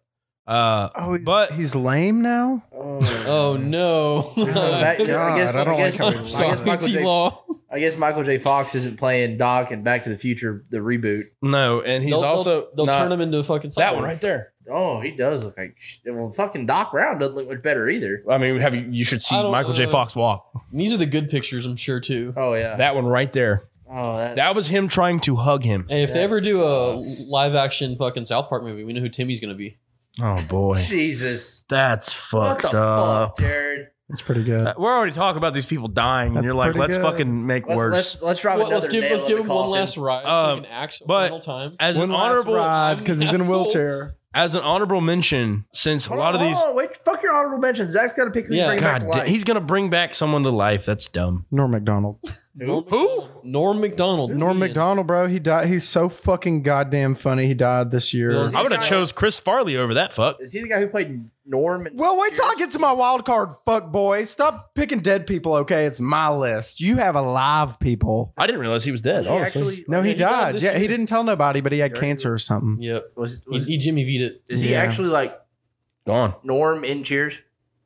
Speaker 5: Uh,
Speaker 2: Oh, he's,
Speaker 5: But-
Speaker 2: he's lame now.
Speaker 3: [LAUGHS] Oh no. [LAUGHS]
Speaker 6: There's no back- I
Speaker 2: God,
Speaker 6: guess-
Speaker 2: I don't
Speaker 6: I guess-
Speaker 2: like
Speaker 6: I
Speaker 2: how
Speaker 3: I'm
Speaker 2: we-
Speaker 6: guess
Speaker 3: [LAUGHS] sorry,
Speaker 6: Michael J-
Speaker 3: T-Law.
Speaker 6: I guess Michael J. Fox isn't playing Doc and Back to the Future, the reboot.
Speaker 5: no, and he's
Speaker 3: They'll- they'll-
Speaker 5: also
Speaker 3: they'll
Speaker 5: not-
Speaker 3: turn him into a fucking
Speaker 5: that
Speaker 3: cyborg.
Speaker 5: one right there.
Speaker 6: Oh, he does look like. sh- Well, fucking Doc Brown doesn't look much better either.
Speaker 5: I mean, have you? You should see
Speaker 3: I don't-
Speaker 5: Michael J.
Speaker 3: uh,
Speaker 5: Fox walk.
Speaker 3: And These are the good pictures, I'm sure too.
Speaker 6: Oh yeah.
Speaker 5: That one right there.
Speaker 6: oh, that's,
Speaker 5: That was him trying to hug him.
Speaker 3: Hey, if they
Speaker 6: That
Speaker 3: ever do a
Speaker 6: sucks.
Speaker 3: live action fucking South Park movie, we know who Timmy's gonna be.
Speaker 5: Oh boy,
Speaker 6: Jesus.
Speaker 5: that's
Speaker 6: What
Speaker 5: fucked
Speaker 6: the
Speaker 5: up.
Speaker 6: fuck, Jared?
Speaker 2: It's pretty good.
Speaker 5: Uh, We're already talking about these people dying, and
Speaker 2: That's
Speaker 5: you're like,
Speaker 2: pretty
Speaker 5: let's
Speaker 2: good.
Speaker 5: fucking make
Speaker 6: Let's
Speaker 5: worse.
Speaker 6: let's, let's drive
Speaker 3: Well,
Speaker 6: another
Speaker 3: let's give
Speaker 6: nail
Speaker 3: let's
Speaker 6: in
Speaker 3: give
Speaker 6: the
Speaker 3: him one
Speaker 6: coffin.
Speaker 3: last ride so
Speaker 5: Um,
Speaker 3: he can act
Speaker 5: but-
Speaker 3: final time.
Speaker 5: as an honorable,
Speaker 2: because he's in a wheelchair.
Speaker 5: as an honorable mention, since a
Speaker 6: Hold
Speaker 5: lot
Speaker 6: on,
Speaker 5: of these,
Speaker 6: hold on, wait, fuck your honorable mention. Zach's got to pick who
Speaker 3: Yeah.
Speaker 6: you bring back
Speaker 5: God,
Speaker 6: to
Speaker 5: da-
Speaker 6: life.
Speaker 5: he's gonna bring back someone to life. That's dumb.
Speaker 2: Norm Macdonald.
Speaker 6: Who?
Speaker 5: Who?
Speaker 3: Norm McDonald.
Speaker 2: Norm Macdonald, bro. He died. He's so fucking goddamn funny. He died this year.
Speaker 3: Well,
Speaker 5: I would have
Speaker 6: not-
Speaker 5: chose Chris Farley over that fuck.
Speaker 6: Is he the guy who played Norm? in-
Speaker 2: Well, wait till I get to my wild card, fuck boy. Stop picking dead people, okay? It's my list. You have alive people.
Speaker 5: I didn't realize he was dead.
Speaker 6: Was he
Speaker 5: honestly.
Speaker 6: actually?
Speaker 2: No, he,
Speaker 3: Yeah, he died
Speaker 2: died.
Speaker 3: this
Speaker 2: yeah, he
Speaker 3: year.
Speaker 2: didn't tell nobody, but he had cancer or something.
Speaker 3: Yep.
Speaker 6: Was,
Speaker 3: He,
Speaker 6: was
Speaker 3: he Jimmy V'd it.
Speaker 6: is he
Speaker 2: Yeah.
Speaker 6: actually like
Speaker 5: gone.
Speaker 6: Norm in Cheers?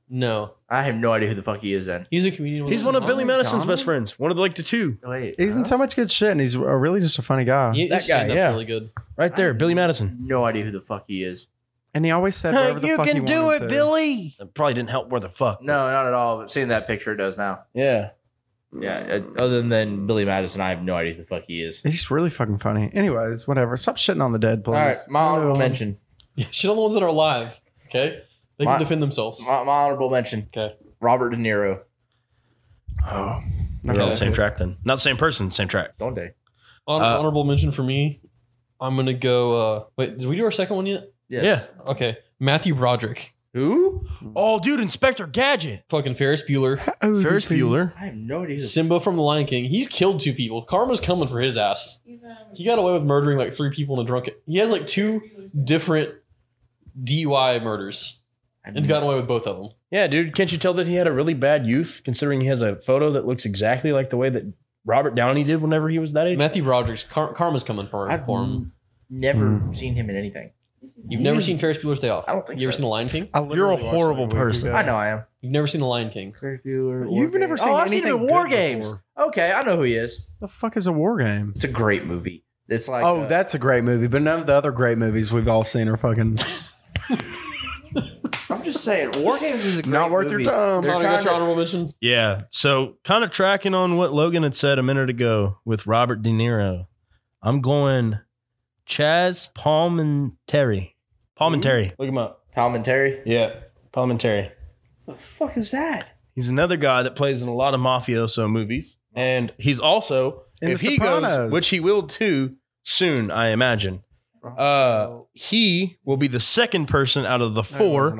Speaker 3: No.
Speaker 6: I have no idea who the fuck he is then.
Speaker 3: He's a comedian.
Speaker 5: He's one of Billy
Speaker 2: Donald?
Speaker 5: Madison's best friends. One of the, like the two
Speaker 6: Wait,
Speaker 2: He's in
Speaker 6: huh?
Speaker 2: so much good shit, and he's uh, really just a funny guy.
Speaker 3: He,
Speaker 5: That
Speaker 3: his
Speaker 5: guy,
Speaker 3: stand-up's
Speaker 5: yeah.
Speaker 3: really good. [LAUGHS]
Speaker 5: right there. Billy Madison.
Speaker 6: No idea who the fuck he is.
Speaker 2: And he always
Speaker 3: [LAUGHS]
Speaker 5: [LAUGHS]
Speaker 2: said, wherever the fuck he wanted to.
Speaker 5: Billy. That probably didn't help. Where the fuck?
Speaker 6: No, not at all. But seeing that picture, it does now.
Speaker 5: Yeah.
Speaker 6: Yeah. uh, Other than Billy Madison, I have no idea who the fuck he is.
Speaker 2: He's really fucking funny. Anyways, whatever. Stop shitting on the dead, please.
Speaker 6: All right, my honorable
Speaker 2: Um,
Speaker 6: mention.
Speaker 3: Yeah, shit on the ones that are alive. Okay, they
Speaker 6: My-
Speaker 3: can defend themselves.
Speaker 6: My, my honorable mention.
Speaker 3: Okay.
Speaker 6: Robert De Niro.
Speaker 2: Oh,
Speaker 5: We're on
Speaker 3: Yeah.
Speaker 5: the same track then. Not the same person. Same track.
Speaker 6: Don't they?
Speaker 3: Honor-
Speaker 5: Uh,
Speaker 3: honorable mention for me. I'm gonna go. uh Wait, did we do our second one yet?
Speaker 6: Yes.
Speaker 3: Okay, Matthew Broderick,
Speaker 6: Who?
Speaker 5: Oh, dude, Inspector Gadget.
Speaker 3: fucking Ferris Bueller,
Speaker 2: Oh,
Speaker 5: Ferris
Speaker 2: this-
Speaker 5: Bueller.
Speaker 6: I have no idea. Who the
Speaker 3: Simba from The Lion King. He's killed two people. Karma's coming for his ass.
Speaker 4: He's, um,
Speaker 3: He got away with murdering like three people in a drunken. He has like two different DUI murders.
Speaker 6: Mm-hmm.
Speaker 3: and's gotten away with both of them.
Speaker 5: Yeah, dude, can't you tell that he had a really bad youth considering he has a photo that looks exactly like the way that Robert Downey did whenever he was that age?
Speaker 3: Matthew Broderick's car- karma's coming for,
Speaker 6: I've
Speaker 3: for him.
Speaker 6: never
Speaker 2: Mm.
Speaker 6: seen him in anything.
Speaker 3: You've never seen Ferris Bueller's Day Off.
Speaker 6: I don't think
Speaker 3: you ever
Speaker 6: so.
Speaker 3: seen The Lion King?
Speaker 2: I
Speaker 5: You're
Speaker 2: literally
Speaker 5: a
Speaker 2: watched
Speaker 5: horrible
Speaker 2: that a week
Speaker 5: person.
Speaker 2: ago.
Speaker 6: I know I am.
Speaker 3: You've never seen The Lion King.
Speaker 2: You've never seen
Speaker 6: Oh, I've seen him
Speaker 2: anything
Speaker 6: in War
Speaker 2: good before.
Speaker 6: Games. Okay, I know who he is.
Speaker 2: The fuck is a war game?
Speaker 6: It's a great movie. It's like
Speaker 2: oh,
Speaker 6: uh,
Speaker 2: that's a great movie, but none of the other great movies we've all seen are [LAUGHS] fucking
Speaker 6: I'm just saying, War Games is a great
Speaker 2: not worth your
Speaker 6: movie.
Speaker 3: Connor,
Speaker 2: time.
Speaker 6: trying
Speaker 3: what's your
Speaker 6: to-
Speaker 3: honorable mention?
Speaker 5: Yeah. So, kind of tracking on what Logan had said a minute ago with Robert De Niro, I'm going Chaz Palminteri. Palminteri. Look him up.
Speaker 6: Tom and Terry.
Speaker 5: Yeah, Palminteri.
Speaker 6: The fuck is that?
Speaker 5: He's another guy that plays in a lot of mafioso movies, and he's also
Speaker 2: In
Speaker 5: if
Speaker 2: The
Speaker 5: he goes,
Speaker 2: Sopranos.
Speaker 5: which he will too soon, I imagine. Uh, he will be the second person out of the four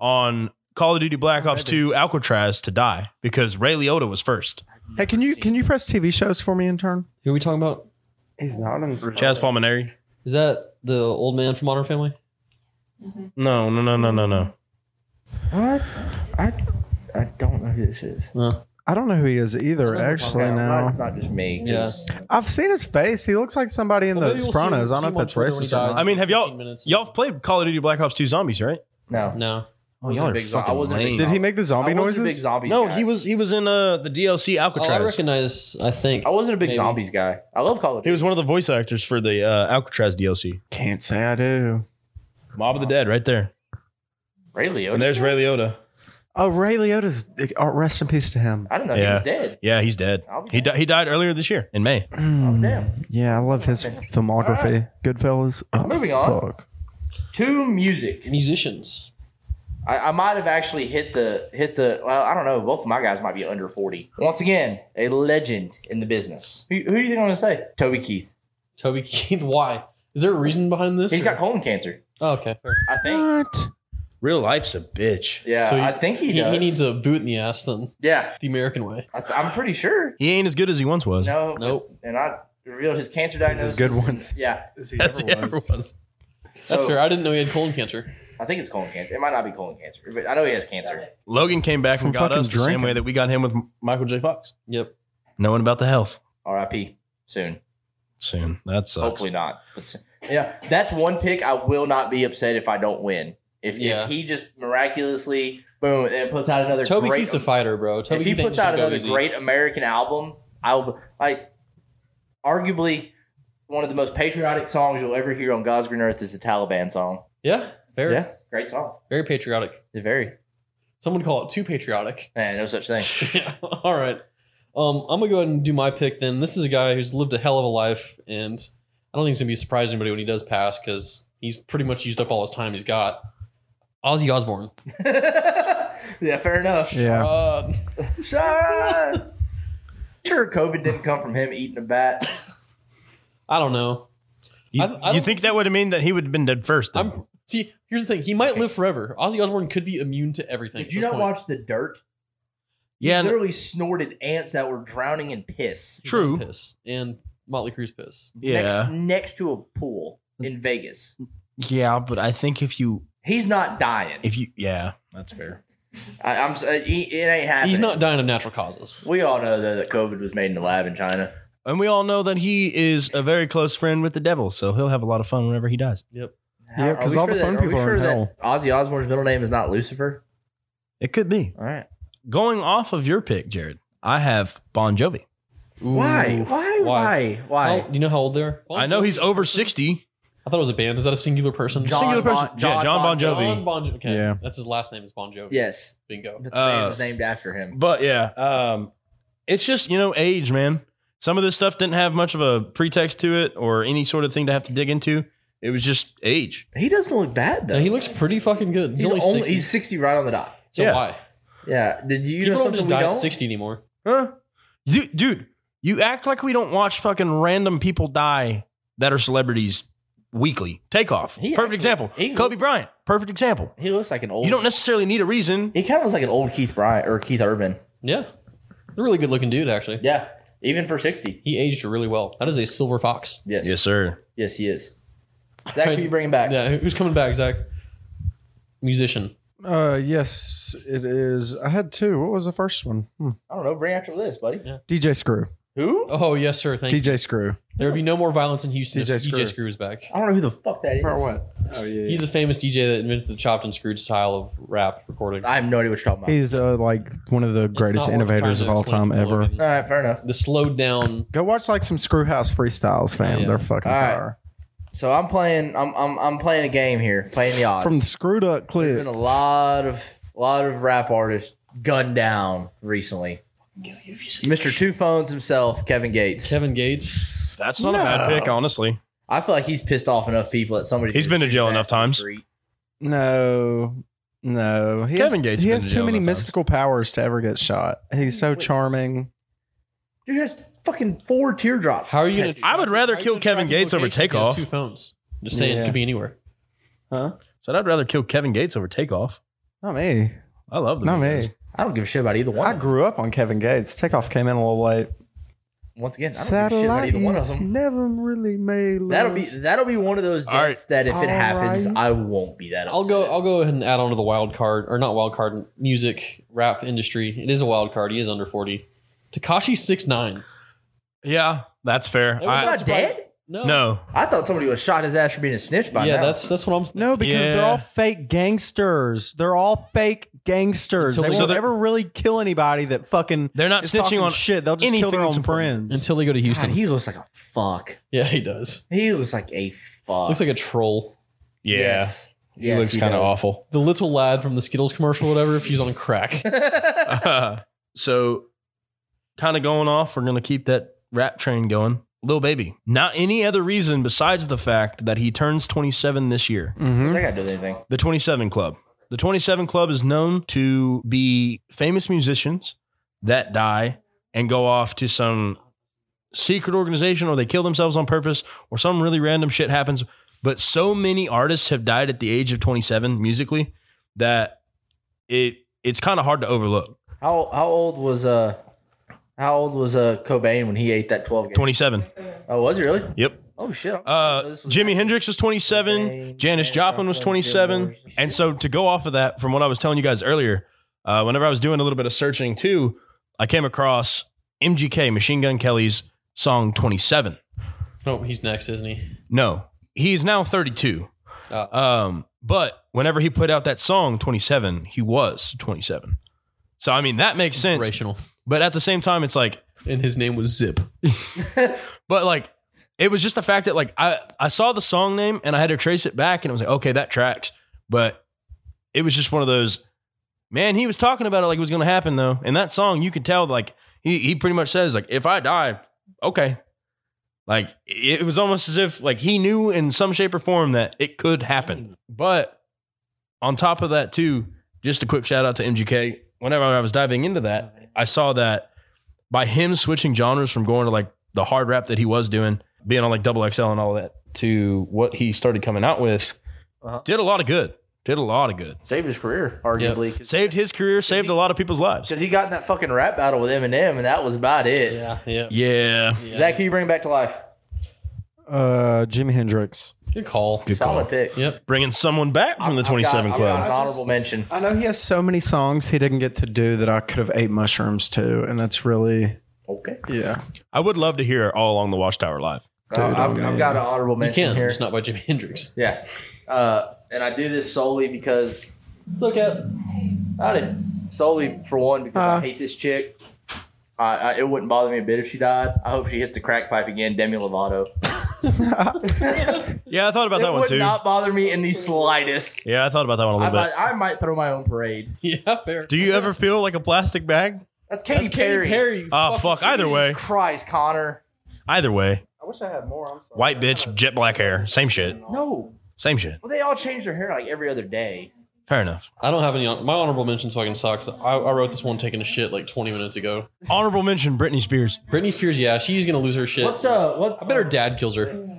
Speaker 5: on Call of Duty Black Ops Two Alcatraz to die because Ray Liotta was first.
Speaker 2: Hey, can you can you press TV shows for me in turn?
Speaker 3: Who are we talking about?
Speaker 2: He's not in this.
Speaker 5: Chaz Palminteri.
Speaker 3: Is that the old man from Modern Family?
Speaker 5: No, no, no, no, no, no.
Speaker 6: What? I I don't know who this is.
Speaker 3: No.
Speaker 2: I don't know who he is either. Actually,
Speaker 6: Okay, I'm glad
Speaker 2: now
Speaker 6: it's not just me.
Speaker 3: Yeah.
Speaker 6: 'cause
Speaker 2: I've seen his face. He looks like somebody in
Speaker 3: Well,
Speaker 2: the
Speaker 3: maybe we'll
Speaker 2: Sopranos.
Speaker 3: see-
Speaker 2: I don't know if that's
Speaker 3: see him on Twitter
Speaker 2: racist.
Speaker 3: when
Speaker 2: Or
Speaker 3: he
Speaker 2: not.
Speaker 3: dies.
Speaker 5: I mean, have y'all
Speaker 3: 15 minutes.
Speaker 5: y'all have played Call of Duty Black Ops Two Zombies, right?
Speaker 6: No,
Speaker 3: No.
Speaker 5: Oh,
Speaker 6: wasn't
Speaker 5: y'all
Speaker 6: a
Speaker 5: are
Speaker 6: big zo- I
Speaker 5: fucking
Speaker 6: wasn't a big
Speaker 5: lame.
Speaker 2: Did he make the
Speaker 6: I
Speaker 2: zombie
Speaker 6: wasn't a big
Speaker 2: noises?
Speaker 6: zombies.
Speaker 5: No,
Speaker 6: guy.
Speaker 5: he was he was in uh the DLC
Speaker 3: Oh, I
Speaker 5: Alcatraz.
Speaker 3: recognize, I think.
Speaker 6: I wasn't a big
Speaker 3: Maybe.
Speaker 6: zombies guy. I love Call of
Speaker 5: He
Speaker 6: Duty.
Speaker 5: was one of the voice actors for the uh, Alcatraz DLC.
Speaker 2: Can't say I do.
Speaker 5: Mob of the Dead, right there.
Speaker 6: Ray Liotta.
Speaker 5: And there's Ray Liotta.
Speaker 2: Oh, Ray Liotta's. Oh, rest in peace to him.
Speaker 6: I don't know.
Speaker 5: Yeah.
Speaker 6: He was dead.
Speaker 5: Yeah, he's dead.
Speaker 6: I'll be
Speaker 5: He di- he died earlier this year in May.
Speaker 6: Hmm.
Speaker 2: Mm.
Speaker 6: Oh, damn.
Speaker 2: Yeah, I love his filmography. Goodfellas. Oh,
Speaker 6: Moving on.
Speaker 2: fuck.
Speaker 6: To music.
Speaker 3: Musicians.
Speaker 6: I, I might have actually hit the hit the. Well, I don't know. Both of my guys might be under forty. Once again, a legend in the business. Who, who do you think I'm gonna say? Toby Keith.
Speaker 3: Toby Keith. [LAUGHS] Why? Is there a reason behind this?
Speaker 6: He's
Speaker 3: or-
Speaker 6: got colon cancer.
Speaker 3: oh, okay. fair.
Speaker 6: I think.
Speaker 2: What?
Speaker 5: Real life's a bitch.
Speaker 6: Yeah,
Speaker 3: So he-
Speaker 6: I think he
Speaker 3: He,
Speaker 6: does.
Speaker 3: he needs a boot in the ass then,
Speaker 6: yeah,
Speaker 3: the American way.
Speaker 6: I th- I'm pretty sure.
Speaker 5: He ain't as good as he once was.
Speaker 6: No,
Speaker 3: Nope.
Speaker 6: and I revealed his cancer diagnosis.
Speaker 2: These good ones.
Speaker 6: Yeah,
Speaker 5: That's everyone.
Speaker 3: That's
Speaker 6: So-
Speaker 3: fair. I didn't know he had colon cancer.
Speaker 6: I think it's colon cancer. It might not be colon cancer, but I know he has cancer.
Speaker 5: Logan came back and
Speaker 2: From
Speaker 5: got
Speaker 2: fucking
Speaker 5: us the same
Speaker 2: drinking.
Speaker 5: way that we got him with M- Michael J. Fox.
Speaker 3: Yep.
Speaker 5: Knowing about the health
Speaker 6: R.I.P. Soon.
Speaker 5: soon. That sucks.
Speaker 6: Hopefully not. But soon. yeah, that's one pick. I will not be upset if I don't win. If,
Speaker 3: Yeah.
Speaker 6: if he just miraculously boom and puts out another
Speaker 3: Toby
Speaker 6: great,
Speaker 3: Keith's a fighter, bro. Toby
Speaker 6: if he
Speaker 3: Keith
Speaker 6: puts
Speaker 3: ain't
Speaker 6: out
Speaker 3: gonna go
Speaker 6: another
Speaker 3: easy.
Speaker 6: great American album, I'll like arguably one of the most patriotic songs you'll ever hear on God's green earth is the Taliban song.
Speaker 3: Yeah, fair.
Speaker 6: Yeah, great song.
Speaker 3: Very patriotic.
Speaker 6: Very.
Speaker 3: Some would call it too patriotic. [LAUGHS]
Speaker 6: Eh, no such thing. [LAUGHS]
Speaker 3: yeah. All right. Um, I'm gonna go ahead and do my pick then. This is a guy who's lived a hell of a life, and I don't think it's gonna be surprising anybody when he does pass because he's pretty much used up all his time he's got. Ozzy Osbourne.
Speaker 6: yeah, fair enough.
Speaker 2: Yeah.
Speaker 3: Uh,
Speaker 6: Sure. sure, COVID didn't come from him eating a bat.
Speaker 3: I don't know.
Speaker 5: You,
Speaker 3: I th- I
Speaker 5: you
Speaker 3: don't-
Speaker 5: think that would have mean that he would have been dead 1st
Speaker 3: I'm see. Here's the thing. He might live forever. Ozzy Osbourne could be immune to everything.
Speaker 6: Did
Speaker 3: at
Speaker 6: you
Speaker 3: this
Speaker 6: not
Speaker 3: point.
Speaker 6: watch The Dirt?
Speaker 5: yeah,
Speaker 6: He
Speaker 5: no-
Speaker 6: literally snorted ants that were drowning in piss.
Speaker 3: He's
Speaker 5: True.
Speaker 3: on Piss and Motley Crue's piss.
Speaker 5: yeah,
Speaker 6: Next, next to a pool in Vegas.
Speaker 5: yeah. But I think if you
Speaker 6: He's not dying.
Speaker 5: if you yeah, that's fair.
Speaker 6: I, I'm. s- uh, He, it ain't happening.
Speaker 3: He's not dying of natural causes.
Speaker 6: We all know though that COVID was made in the lab in China.
Speaker 5: And we all know that he is a very close friend with the devil, so he'll have a lot of fun whenever he dies.
Speaker 3: Yep.
Speaker 2: Yeah,
Speaker 6: Are
Speaker 2: 'cause
Speaker 6: we
Speaker 2: all the
Speaker 6: that-
Speaker 2: fun
Speaker 6: we
Speaker 2: people are in
Speaker 6: that Ozzy Osbourne's middle name is not Lucifer.
Speaker 5: It could be.
Speaker 6: All right.
Speaker 5: Going off of your pick, Jared, I have Bon Jovi.
Speaker 6: Why?
Speaker 3: Ooh.
Speaker 6: Why? Why?
Speaker 3: How-
Speaker 6: Why?
Speaker 3: do you know how old they're?
Speaker 5: I know he's over 60.
Speaker 3: I thought it was a band. Is that a singular person?
Speaker 6: John
Speaker 5: singular
Speaker 6: Bon-
Speaker 5: person. yeah,
Speaker 6: John
Speaker 5: John Bon
Speaker 6: Bon
Speaker 5: Jovi.
Speaker 3: John Bon Jovi. Okay.
Speaker 2: Yeah.
Speaker 3: That's his last name is Bon Jovi.
Speaker 6: Yes.
Speaker 3: Bingo.
Speaker 6: The
Speaker 5: Uh,
Speaker 6: band was named after him.
Speaker 5: But yeah, um, it's just, you know, age, man. Some of this stuff didn't have much of a pretext to it or any sort of thing to have to dig into. It was just age.
Speaker 6: He doesn't look bad though.
Speaker 3: Now, he looks pretty fucking good. He's,
Speaker 6: he's
Speaker 3: only, 60.
Speaker 6: he's sixty right on the dot.
Speaker 3: so
Speaker 5: Yeah.
Speaker 3: why?
Speaker 6: Yeah. Did you
Speaker 3: People
Speaker 6: know
Speaker 3: don't
Speaker 6: something
Speaker 3: just
Speaker 6: we
Speaker 3: die
Speaker 6: don't?
Speaker 3: at 60 anymore.
Speaker 5: Huh? You, dude, you act like we don't watch fucking random people die that are celebrities weekly. Takeoff.
Speaker 6: He
Speaker 5: perfect
Speaker 6: actually-
Speaker 5: example.
Speaker 6: he-
Speaker 5: Kobe Bryant. Perfect example.
Speaker 6: He looks like an old.
Speaker 5: You don't necessarily need a reason.
Speaker 6: He kind of looks like an old Keith Bryant or Keith Urban.
Speaker 3: Yeah. A really good looking dude, actually.
Speaker 6: Yeah. Even for sixty.
Speaker 3: He aged really well. That is a silver fox.
Speaker 6: Yes. Yes.
Speaker 5: sir.
Speaker 6: Yes, he is. Zach, who you bringing back?
Speaker 3: Yeah. Who's coming back, Zach? Musician.
Speaker 2: Uh, yes, it is. I had two. What was the first one? Hmm.
Speaker 6: I don't know. Bring out your list, buddy.
Speaker 2: DJ Screw.
Speaker 6: Who?
Speaker 3: Oh yes, sir. Thank you.
Speaker 2: DJ Screw.
Speaker 3: There would be no more violence in Houston
Speaker 2: DJ
Speaker 3: if
Speaker 2: Screw.
Speaker 3: DJ Screw was back.
Speaker 6: I don't know who the fuck that is.
Speaker 2: what?
Speaker 6: Oh yeah.
Speaker 3: He's a famous DJ that invented the chopped and screwed style of rap recording.
Speaker 6: I have no idea what you're talking about.
Speaker 2: He's uh, like one of the
Speaker 3: It's
Speaker 2: greatest
Speaker 3: not worth
Speaker 2: innovators
Speaker 3: trying
Speaker 2: of
Speaker 3: to
Speaker 2: all
Speaker 3: explain
Speaker 2: time
Speaker 3: to
Speaker 2: ever.
Speaker 3: Logan.
Speaker 6: All right, fair enough.
Speaker 3: The slowed down.
Speaker 2: Go watch like some Screwhouse freestyles, fam.
Speaker 3: Yeah.
Speaker 2: They're fucking
Speaker 6: All right.
Speaker 2: fire.
Speaker 6: So I'm playing. I'm I'm I'm playing a game here. Playing the odds.
Speaker 2: From the Screwed Up
Speaker 6: There's
Speaker 2: clip.
Speaker 6: been a lot of a lot of rap artists gunned down recently. Mr. Two Phones himself, Kevin Gates.
Speaker 3: Kevin Gates.
Speaker 5: That's not a bad pick, honestly.
Speaker 6: I feel like he's pissed off enough people that somebody.
Speaker 5: He's been to jail enough times.
Speaker 2: No, no. He
Speaker 5: Kevin
Speaker 2: has,
Speaker 5: Gates
Speaker 2: He
Speaker 5: been
Speaker 2: has
Speaker 5: to
Speaker 2: too
Speaker 5: jail
Speaker 2: many
Speaker 5: enough times.
Speaker 2: mystical powers to ever get shot. He's so charming.
Speaker 6: Dude has fucking four teardrops.
Speaker 3: How are you gonna?
Speaker 5: I would rather
Speaker 3: how are you
Speaker 5: kill
Speaker 3: gonna
Speaker 5: Kevin
Speaker 3: track his
Speaker 5: Gates over
Speaker 3: location if he has
Speaker 5: Takeoff.
Speaker 3: Two phones. Just saying,
Speaker 2: Yeah.
Speaker 3: it could be anywhere.
Speaker 5: Said I'd rather kill Kevin Gates over Takeoff.
Speaker 2: Not me.
Speaker 5: I love the
Speaker 2: Not
Speaker 5: Migos.
Speaker 2: me.
Speaker 6: I don't give a shit about either one.
Speaker 2: I
Speaker 6: of them.
Speaker 2: grew up on Kevin Gates. Takeoff came in a little late.
Speaker 6: Once again, I don't give a shit about
Speaker 2: Satellite
Speaker 6: either one of
Speaker 2: is
Speaker 6: them.
Speaker 2: never really made.
Speaker 6: That'll
Speaker 2: love.
Speaker 6: be that'll be one of those
Speaker 5: All right.
Speaker 6: deaths that if it
Speaker 2: All
Speaker 6: happens,
Speaker 2: right.
Speaker 6: I won't be that. Upset.
Speaker 3: I'll go. I'll go ahead and add on to the wild card, or not wild card, music rap industry. It is a wild card. He is under forty. Takashi six nine.
Speaker 5: Yeah, that's fair.
Speaker 3: That
Speaker 5: I-
Speaker 6: He's
Speaker 3: was-
Speaker 6: not dead.
Speaker 3: No,
Speaker 5: no,
Speaker 6: I thought somebody was shot his ass for being a snitch by
Speaker 3: yeah,
Speaker 6: now.
Speaker 3: that's that's what I'm.
Speaker 2: No, because they're
Speaker 5: Yeah.
Speaker 2: all fake gangsters. They're all fake gangsters.
Speaker 3: Until
Speaker 2: they
Speaker 5: they-
Speaker 2: won't
Speaker 5: So
Speaker 2: ever really kill anybody that fucking
Speaker 5: they're not
Speaker 2: is
Speaker 5: snitching
Speaker 2: talking
Speaker 5: on.
Speaker 2: shit. They'll just kill
Speaker 5: anything
Speaker 2: their
Speaker 5: that's
Speaker 2: own
Speaker 5: important.
Speaker 2: friends.
Speaker 3: until they go to
Speaker 6: God,
Speaker 3: Houston.
Speaker 6: he looks like a fuck.
Speaker 3: yeah, he does.
Speaker 6: He looks like a fuck.
Speaker 3: Looks like a troll.
Speaker 5: yeah,
Speaker 6: Yes.
Speaker 5: he
Speaker 6: Yes,
Speaker 5: looks kind of
Speaker 6: does. [LAUGHS]
Speaker 5: awful.
Speaker 3: The little lad from the Skittles commercial, or whatever. If he's on
Speaker 2: [LAUGHS]
Speaker 3: crack.
Speaker 5: [LAUGHS] Uh, so, kind of going off, we're going to keep that rap train going. Lil Baby. Not any other reason besides the fact that he turns 27 this year.
Speaker 2: Mhm.
Speaker 6: That got to do with anything.
Speaker 5: The 27 Club. The 27 Club is known to be famous musicians that die and go off to some secret organization or they kill themselves on purpose or some really random shit happens. But so many artists have died at the age of 27 musically that it it's kind of hard to overlook.
Speaker 6: How how old was uh how old was uh Cobain when he ate that twelve? Game?
Speaker 5: 27.
Speaker 6: Oh, was he really?
Speaker 5: Yep.
Speaker 6: Oh shit.
Speaker 5: Uh,
Speaker 6: This was-
Speaker 5: Jimi Hendrix was 27. Janis Joplin was 27. And so to go off of that, from what I was telling you guys earlier, uh, whenever I was doing a little bit of searching too, I came across MGK, Machine Gun Kelly's song 27.
Speaker 3: No, Oh, he's next, isn't he?
Speaker 5: No, he's now 32.
Speaker 3: Uh,
Speaker 5: Um, but whenever he put out that song 27, he was 27. So I mean that makes sense.
Speaker 3: Inspirational.
Speaker 5: But at the same time, it's like
Speaker 3: And his name was Zip.
Speaker 5: But like, it was just the fact that like I I saw the song name and I had to trace it back and I was like, okay, that tracks. But it was just one of those. Man, he was talking about it like it was going to happen though, and that song you could tell like he he pretty much says like if I die, okay. Like it was almost as if like he knew in some shape or form that it could happen. But on top of that too, just a quick shout out to MGK. Whenever I was diving into that, I saw that by him switching genres from going to like the hard rap that he was doing, being on like double XL and all that, to what he started coming out with,
Speaker 6: Uh-huh.
Speaker 5: did a lot of good. Did a lot of good.
Speaker 6: saved his career, arguably. Cause,
Speaker 5: Saved his career, saved a lot of people's lives.
Speaker 6: 'cause he got in that fucking rap battle with Eminem, and that was about it.
Speaker 3: Yeah, yeah.
Speaker 5: Yeah.
Speaker 6: Zach, who you bring back to life?
Speaker 2: Uh, Jimi Hendrix.
Speaker 3: Good call.
Speaker 5: Good
Speaker 6: Solid
Speaker 5: call.
Speaker 6: pick.
Speaker 3: Yep.
Speaker 5: Bringing someone back from the
Speaker 6: I've
Speaker 5: 27
Speaker 6: got- I've got
Speaker 5: Club.
Speaker 6: an honorable mention.
Speaker 2: I know he has so many songs he didn't get to do that I could have ate mushrooms to, and that's really
Speaker 6: Okay.
Speaker 2: yeah.
Speaker 5: I would love to hear All Along the Watchtower live.
Speaker 2: Dude,
Speaker 6: Uh, I've,
Speaker 2: I'm
Speaker 6: I've
Speaker 2: in.
Speaker 6: got an honorable
Speaker 3: You
Speaker 6: mention
Speaker 3: can.
Speaker 6: here.
Speaker 3: It's not by Jimi Hendrix.
Speaker 6: Yeah. Uh, and I do this solely because
Speaker 3: Look at.
Speaker 6: I did solely for one because
Speaker 2: Uh.
Speaker 6: I hate this chick. I, I, it wouldn't bother me a bit if she died. I hope she hits the crack pipe again, Demi Lovato.
Speaker 5: Yeah, I thought about that
Speaker 6: it
Speaker 5: one
Speaker 6: would
Speaker 5: too.
Speaker 6: not bother me in the slightest.
Speaker 5: yeah, I thought about that one a
Speaker 6: I
Speaker 5: little
Speaker 6: might,
Speaker 5: bit.
Speaker 6: I might throw my own parade.
Speaker 3: Yeah, fair.
Speaker 5: Do you ever feel like a plastic bag?
Speaker 6: That's Katy Perry.
Speaker 5: Oh, fuck. Either
Speaker 6: Jesus
Speaker 5: way.
Speaker 6: Christ, Connor.
Speaker 5: Either way.
Speaker 2: I wish I had more. I'm sorry.
Speaker 5: White bitch, jet black hair. Same shit.
Speaker 6: No.
Speaker 5: Same shit.
Speaker 6: Well, they all change their hair like every other day.
Speaker 5: Fair enough.
Speaker 3: I don't have any. My honorable mentions fucking suck. I, I wrote this one taking a shit like 20 minutes ago.
Speaker 5: Honorable mention Britney Spears.
Speaker 3: Britney Spears, yeah, she's gonna lose her shit.
Speaker 6: What's uh? What
Speaker 3: I bet her dad kills her.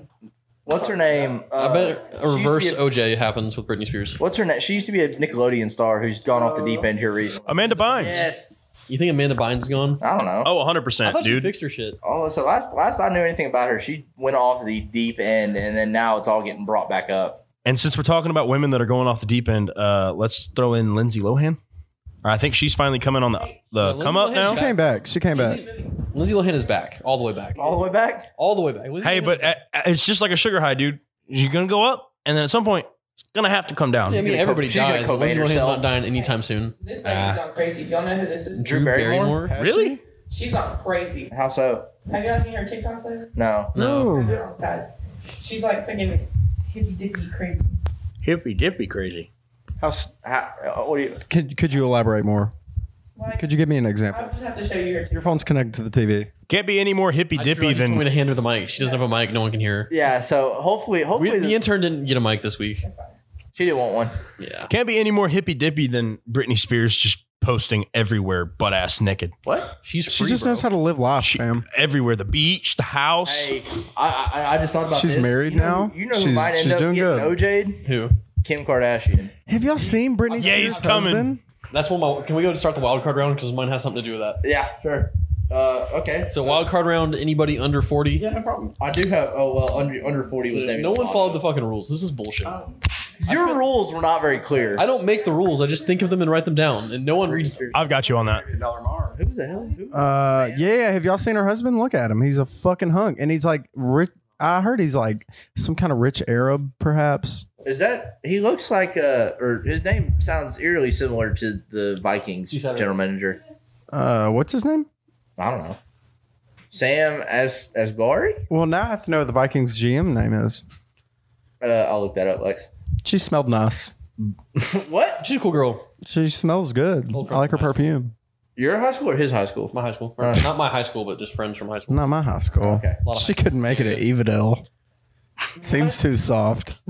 Speaker 6: What's her name? Uh,
Speaker 3: I bet
Speaker 6: she
Speaker 3: a
Speaker 6: used to
Speaker 3: reverse
Speaker 6: be a-
Speaker 3: OJ happens with Britney Spears.
Speaker 6: what's her name? She used to be a Nickelodeon star who's gone off the deep end here recently.
Speaker 5: Amanda Bynes.
Speaker 3: You think Amanda Bynes gone?
Speaker 6: I don't know.
Speaker 5: Oh,
Speaker 3: I
Speaker 5: 100%,
Speaker 3: thought she
Speaker 5: dude.
Speaker 3: fixed her shit.
Speaker 6: Oh, so last last I knew anything about her, she went off the deep end, and then now it's all getting brought back up.
Speaker 5: And since we're talking about women that are going off the deep end, uh, let's throw in Lindsay Lohan. Or I think she's finally coming on the, the
Speaker 3: Yeah,
Speaker 5: come
Speaker 3: Lindsay
Speaker 5: up
Speaker 3: Lohan's
Speaker 5: now.
Speaker 2: She came back. She came back.
Speaker 3: Lindsay Lohan is back, all the way back,
Speaker 6: all the way back.
Speaker 3: all the way back. Lindsay
Speaker 5: Hey,
Speaker 3: Lohan-
Speaker 5: but uh, uh, it's just like a sugar high, dude. You're gonna go up, and then at some point, it's gonna have to come down.
Speaker 3: Yeah, I mean,
Speaker 6: gonna
Speaker 3: everybody
Speaker 6: co- she's gonna
Speaker 3: dies. But
Speaker 6: co-ban
Speaker 3: Lindsay Lohan's
Speaker 6: herself.
Speaker 3: not dying anytime soon.
Speaker 4: This lady's gone crazy. Do y'all know who this is?
Speaker 3: Drew Barrymore.
Speaker 5: really?
Speaker 4: She's gone crazy.
Speaker 6: How so?
Speaker 4: Have y'all seen her TikToks lately?
Speaker 6: No.
Speaker 3: No.
Speaker 4: They're outside. She's like fucking hippy dippy crazy.
Speaker 5: Hippy dippy crazy.
Speaker 2: How s-
Speaker 6: How, uh, what do you?
Speaker 2: could could you elaborate more?
Speaker 4: Like,
Speaker 2: Could you give me an
Speaker 4: I'll
Speaker 2: example?
Speaker 4: just have to show you her
Speaker 2: Your phone's connected to the TV.
Speaker 5: Can't be any more hippy
Speaker 3: I
Speaker 5: dippy
Speaker 3: just realized you told me
Speaker 5: than
Speaker 3: to hand her the mic. She doesn't have a mic. No one can hear her.
Speaker 6: Yeah. So hopefully,
Speaker 3: We,
Speaker 6: hopefully
Speaker 3: the intern didn't get a mic this week.
Speaker 6: she didn't want one.
Speaker 3: Yeah.
Speaker 5: can't be any more hippy dippy than Britney Spears just posting everywhere, butt ass naked.
Speaker 6: What?
Speaker 3: She's free,
Speaker 2: She just
Speaker 3: bro.
Speaker 2: knows how to live life,
Speaker 5: She-
Speaker 2: fam.
Speaker 5: everywhere, the beach, the house.
Speaker 6: Hey, I, I I just thought about.
Speaker 2: She's
Speaker 6: this.
Speaker 2: married
Speaker 6: You know
Speaker 2: now?
Speaker 6: who- You know who
Speaker 2: She's-
Speaker 6: might end
Speaker 2: she's
Speaker 6: up
Speaker 2: doing
Speaker 6: getting
Speaker 2: good.
Speaker 6: OJ'd?
Speaker 3: Who?
Speaker 6: Kim Kardashian.
Speaker 2: Have y'all seen Britney?
Speaker 5: Yeah, he's
Speaker 2: Spears'
Speaker 5: coming.
Speaker 2: husband?
Speaker 3: That's one. My, can we go to start the wild card round? Because mine has something to do with that.
Speaker 6: Yeah. Sure. Uh, okay.
Speaker 3: So wild card round. Anybody under forty?
Speaker 4: no problem.
Speaker 6: I do have. Oh well, under under forty was named.
Speaker 3: No one followed the fucking rules. This is bullshit.
Speaker 6: Your rules were not very clear.
Speaker 3: I don't make the rules. I just think of them and write them down, and no one reads them.
Speaker 5: I've got you on that.
Speaker 6: Who the hell? Who?
Speaker 2: Uh, yeah. Have y'all seen her husband? Look at him. He's a fucking hunk, and he's like rich. I heard he's like some kind of rich Arab, perhaps.
Speaker 6: Is that he looks like uh or his name sounds eerily similar to the Vikings
Speaker 3: You said it.
Speaker 6: general manager.
Speaker 2: Uh, what's his name?
Speaker 6: I don't know. Sam as Asgari?
Speaker 2: Well, now I have to know what the Vikings GM name is.
Speaker 6: Uh I'll look that up, Lex.
Speaker 2: She smelled nice.
Speaker 6: what?
Speaker 3: She's a cool girl.
Speaker 2: She smells good.
Speaker 3: Old
Speaker 2: I like her
Speaker 3: friend from
Speaker 2: perfume.
Speaker 6: Your high school or his high school? [LAUGHS]
Speaker 3: My high school, Or
Speaker 6: Uh.
Speaker 3: not my high school, but just friends from high school.
Speaker 2: [LAUGHS] Not my high school.
Speaker 6: Okay.
Speaker 3: A lot of
Speaker 2: She
Speaker 3: high
Speaker 2: couldn't
Speaker 3: schools.
Speaker 2: make it at Evadale. Seems too soft.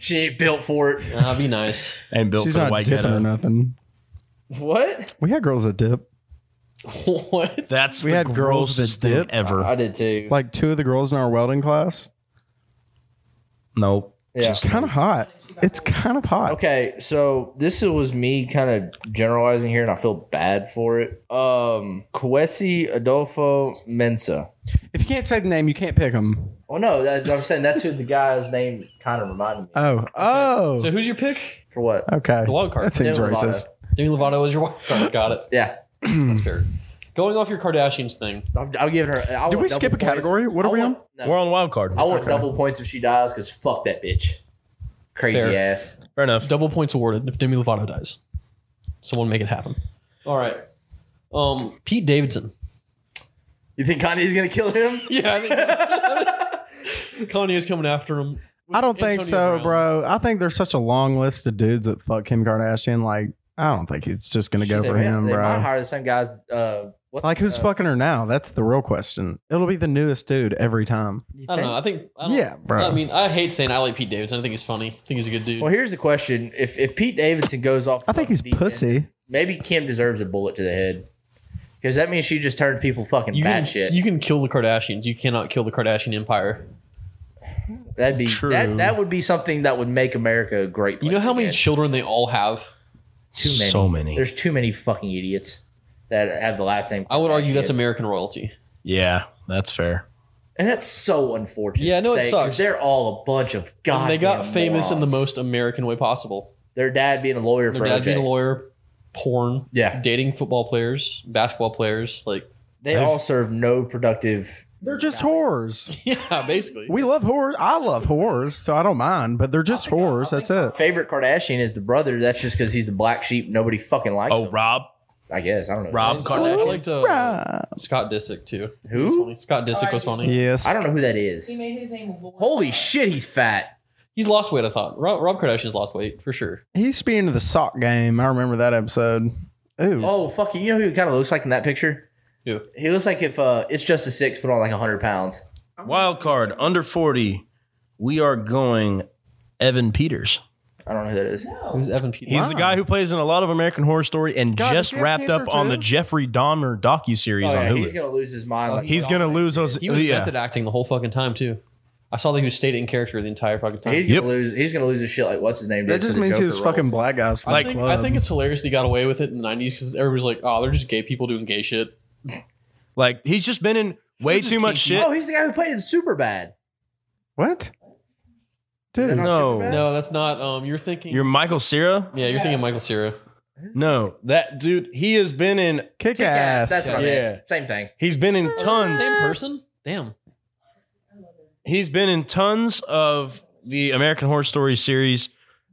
Speaker 6: She ain't built for it.
Speaker 3: That'd be nice.
Speaker 5: And built
Speaker 2: She's
Speaker 5: for the
Speaker 2: not
Speaker 5: white
Speaker 2: dipping or
Speaker 5: ghetto.
Speaker 2: nothing.
Speaker 6: What?
Speaker 2: We had girls that dip.
Speaker 3: [LAUGHS] what?
Speaker 5: That's
Speaker 2: We
Speaker 5: the
Speaker 2: had girls that
Speaker 5: grossest thing
Speaker 2: dipped.
Speaker 5: ever.
Speaker 6: I did too.
Speaker 2: Like two of the girls in our welding class.
Speaker 5: nope.
Speaker 6: Yeah.
Speaker 5: Just-
Speaker 2: Kind of hot. It's kind of hot.
Speaker 6: Okay, so this was me kind of generalizing here and I feel bad for it. Um Kwesi Adolfo Mensa.
Speaker 2: If you can't say the name, you can't pick them.
Speaker 6: Oh no, that, I'm saying that's who the guy's name kind of reminded me. of.
Speaker 2: Oh, oh.
Speaker 3: So who's your pick?
Speaker 6: For what?
Speaker 2: okay.
Speaker 3: The wild card.
Speaker 2: That seems
Speaker 6: Yeah, Lovato.
Speaker 2: racist.
Speaker 3: Demi Lovato is your wild card. Got it.
Speaker 6: Yeah.
Speaker 3: That's fair. Going off your Kardashians thing,
Speaker 6: I'm, I'm giving her. I
Speaker 2: Did
Speaker 6: want
Speaker 2: we
Speaker 6: double
Speaker 2: skip a
Speaker 6: points.
Speaker 2: category? What are
Speaker 6: I
Speaker 2: we on?
Speaker 6: want- no.
Speaker 5: We're on wild card.
Speaker 6: I want double points if she dies because fuck that bitch. Crazy
Speaker 3: Fair.
Speaker 6: ass.
Speaker 5: Fair enough.
Speaker 3: double points awarded if Demi Lovato dies. Someone make it happen. All right. Um, Pete Davidson.
Speaker 6: You think Kanye's gonna kill him?
Speaker 3: [LAUGHS] Yeah, I think
Speaker 2: [LAUGHS]
Speaker 3: Kanye's coming after him.
Speaker 2: I don't think
Speaker 3: Antonio
Speaker 2: so,
Speaker 3: Brown.
Speaker 2: bro. I think there's such a long list of dudes that fuck Kim Kardashian. Like, I don't think it's just [LAUGHS] gonna go
Speaker 6: Shit,
Speaker 2: for
Speaker 6: they-
Speaker 2: him,
Speaker 6: they Might
Speaker 2: bro.
Speaker 6: hire the same guys. Uh, what's
Speaker 2: Like, who's
Speaker 6: uh,
Speaker 2: fucking her now? That's the real question. It'll be the newest dude every time.
Speaker 6: you
Speaker 3: I don't
Speaker 6: think?
Speaker 3: know. I think. I don't,
Speaker 2: Yeah, bro.
Speaker 3: I mean, I hate saying I like Pete Davidson. I think he's funny. I think he's a good dude.
Speaker 6: Well, here's the question: If if Pete Davidson goes off, the
Speaker 2: I think
Speaker 6: fucking
Speaker 2: he's
Speaker 6: deep end,
Speaker 2: pussy.
Speaker 6: maybe Kim deserves a bullet to the head because that means she just turned people fucking
Speaker 3: you can,
Speaker 6: batshit.
Speaker 3: you can kill the Kardashians. You cannot kill the Kardashian empire.
Speaker 6: That'd be
Speaker 5: True.
Speaker 6: that. That would be something that would make America a great.
Speaker 3: You
Speaker 6: place
Speaker 3: know how many
Speaker 6: again.
Speaker 3: children they all have?
Speaker 6: Too many.
Speaker 5: So many.
Speaker 6: There's too many fucking idiots that have the last name.
Speaker 3: I would argue
Speaker 6: Kardashian.
Speaker 3: that's American royalty.
Speaker 5: yeah, that's fair.
Speaker 6: And that's so unfortunate.
Speaker 3: Yeah, I
Speaker 6: to
Speaker 3: know it
Speaker 6: say, 'cause
Speaker 3: sucks.
Speaker 6: They're all a bunch of god.
Speaker 3: and they got famous in the most American way possible.
Speaker 6: Their dad being a lawyer
Speaker 3: Their
Speaker 6: for
Speaker 3: dad
Speaker 6: OJ.
Speaker 3: being a lawyer, porn,
Speaker 6: Yeah,
Speaker 3: dating football players, basketball players, like [LAUGHS]
Speaker 6: they all serve no productive.
Speaker 2: They're just whores.
Speaker 3: yeah, basically.
Speaker 2: We love whores. I love whores, so I don't mind. But they're just whores. That's it.
Speaker 6: Favorite Kardashian is the brother. That's just because he's the black sheep. Nobody fucking likes
Speaker 5: Oh,
Speaker 6: him.
Speaker 5: Rob.
Speaker 6: I guess I don't know.
Speaker 5: Rob
Speaker 3: I
Speaker 5: Kardashian.
Speaker 3: liked uh,
Speaker 2: Right.
Speaker 3: Scott Disick too. He was
Speaker 6: Who?
Speaker 3: funny. Scott Disick was funny.
Speaker 2: Yes.
Speaker 6: I don't know who that
Speaker 4: He
Speaker 6: is.
Speaker 4: made his name Lord.
Speaker 6: Holy shit, he's fat.
Speaker 3: He's lost weight. I thought Rob, Rob Kardashian's lost weight for sure.
Speaker 2: He used to be into the sock game. I remember that episode. Ooh.
Speaker 6: Oh fuck, you know who he kind of looks like in that picture?
Speaker 3: Who?
Speaker 6: He looks like if uh, it's just a six, put on like hundred pounds.
Speaker 5: Wild card under 40. We are going Evan Peters.
Speaker 6: I don't know who that is.
Speaker 3: Who's Evan Peters?
Speaker 5: He's the guy who plays in a lot of American Horror Story and
Speaker 2: God,
Speaker 5: just
Speaker 2: does he have
Speaker 5: wrapped up
Speaker 2: cancer
Speaker 5: on
Speaker 2: too?
Speaker 5: the Jeffrey Dahmer docuseries
Speaker 6: Oh, yeah,
Speaker 5: on Hulu.
Speaker 6: he's gonna lose his mind. Like
Speaker 5: He's gonna lose those.
Speaker 3: he was
Speaker 5: yeah.
Speaker 3: method acting the whole fucking time too. I saw that he was stayed in character the entire fucking time.
Speaker 6: he's gonna
Speaker 5: Yep.
Speaker 6: lose. He's gonna lose his shit. Like what's his name?
Speaker 2: that
Speaker 6: did for
Speaker 2: just
Speaker 6: the
Speaker 2: means he
Speaker 6: Joker
Speaker 2: was
Speaker 6: role.
Speaker 2: fucking black guys from
Speaker 3: I
Speaker 5: Like-
Speaker 2: the
Speaker 3: think,
Speaker 2: club.
Speaker 3: I think it's hilarious that he got away with it in the '90s because everybody's like, "Oh, they're just gay people doing gay shit."
Speaker 5: Like he's just been in way
Speaker 3: just
Speaker 5: too much
Speaker 3: kinky.
Speaker 5: shit.
Speaker 6: Oh, he's the guy who played in Super Bad.
Speaker 2: what?
Speaker 6: Is that
Speaker 2: Dude,
Speaker 6: not
Speaker 5: No.
Speaker 6: Superbad?
Speaker 3: No, that's not. Um, you're thinking.
Speaker 5: You're Michael Cera?
Speaker 3: yeah, you're thinking Michael Cera.
Speaker 5: No, that dude. He has been in.
Speaker 2: kick,
Speaker 6: Kick ass. That's what I meant.
Speaker 5: Yeah.
Speaker 6: Same thing.
Speaker 5: He's been in tons.
Speaker 3: Same person. Damn.
Speaker 5: He's been in tons of the American Horror Story series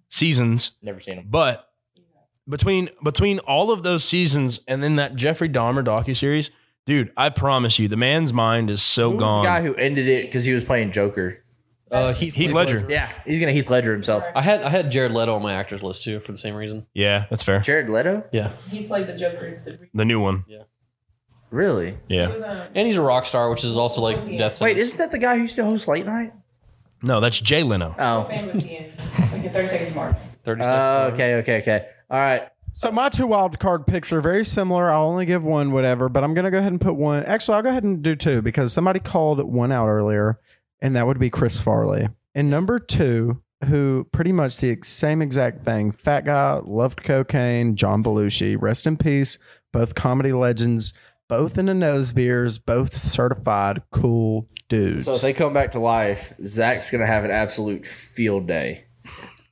Speaker 5: seasons,
Speaker 6: Never seen him.
Speaker 5: but between between all of those seasons and then that Jeffrey Dahmer docu series, dude, I promise you, the man's mind is so
Speaker 6: Who was
Speaker 5: gone.
Speaker 6: the guy who ended it because he was playing Joker?
Speaker 3: Uh, Heath,
Speaker 5: Heath Ledger.
Speaker 6: Yeah, he's gonna Heath Ledger himself.
Speaker 3: I had I had Jared Leto on my actors list too for the same reason.
Speaker 5: Yeah, that's fair.
Speaker 6: Jared Leto,
Speaker 3: Yeah,
Speaker 4: He played the Joker. The,
Speaker 5: The new one.
Speaker 6: really?
Speaker 4: he
Speaker 5: Yeah.
Speaker 4: was, um,
Speaker 3: and he's a rock star, which is also like death. Sentence.
Speaker 6: Wait, isn't that the guy who used to host Late Night?
Speaker 5: No, that's Jay Leno.
Speaker 6: Oh,
Speaker 4: fan was he in? Like a 30 seconds mark.
Speaker 3: thirty six?
Speaker 6: Uh, okay, okay, okay. All right.
Speaker 2: So my two wild card picks are very similar. I'll only give one, whatever, but I'm gonna go ahead and put one. Actually, I'll go ahead and do two because somebody called one out earlier, and that would be Chris Farley. And number two, who pretty much the ex- same exact thing. Fat guy, loved cocaine, John Belushi. Rest in peace. Both comedy legends, both in the nose beers, both certified cool dudes.
Speaker 6: So if they come back to life, Zach's gonna have an absolute field day.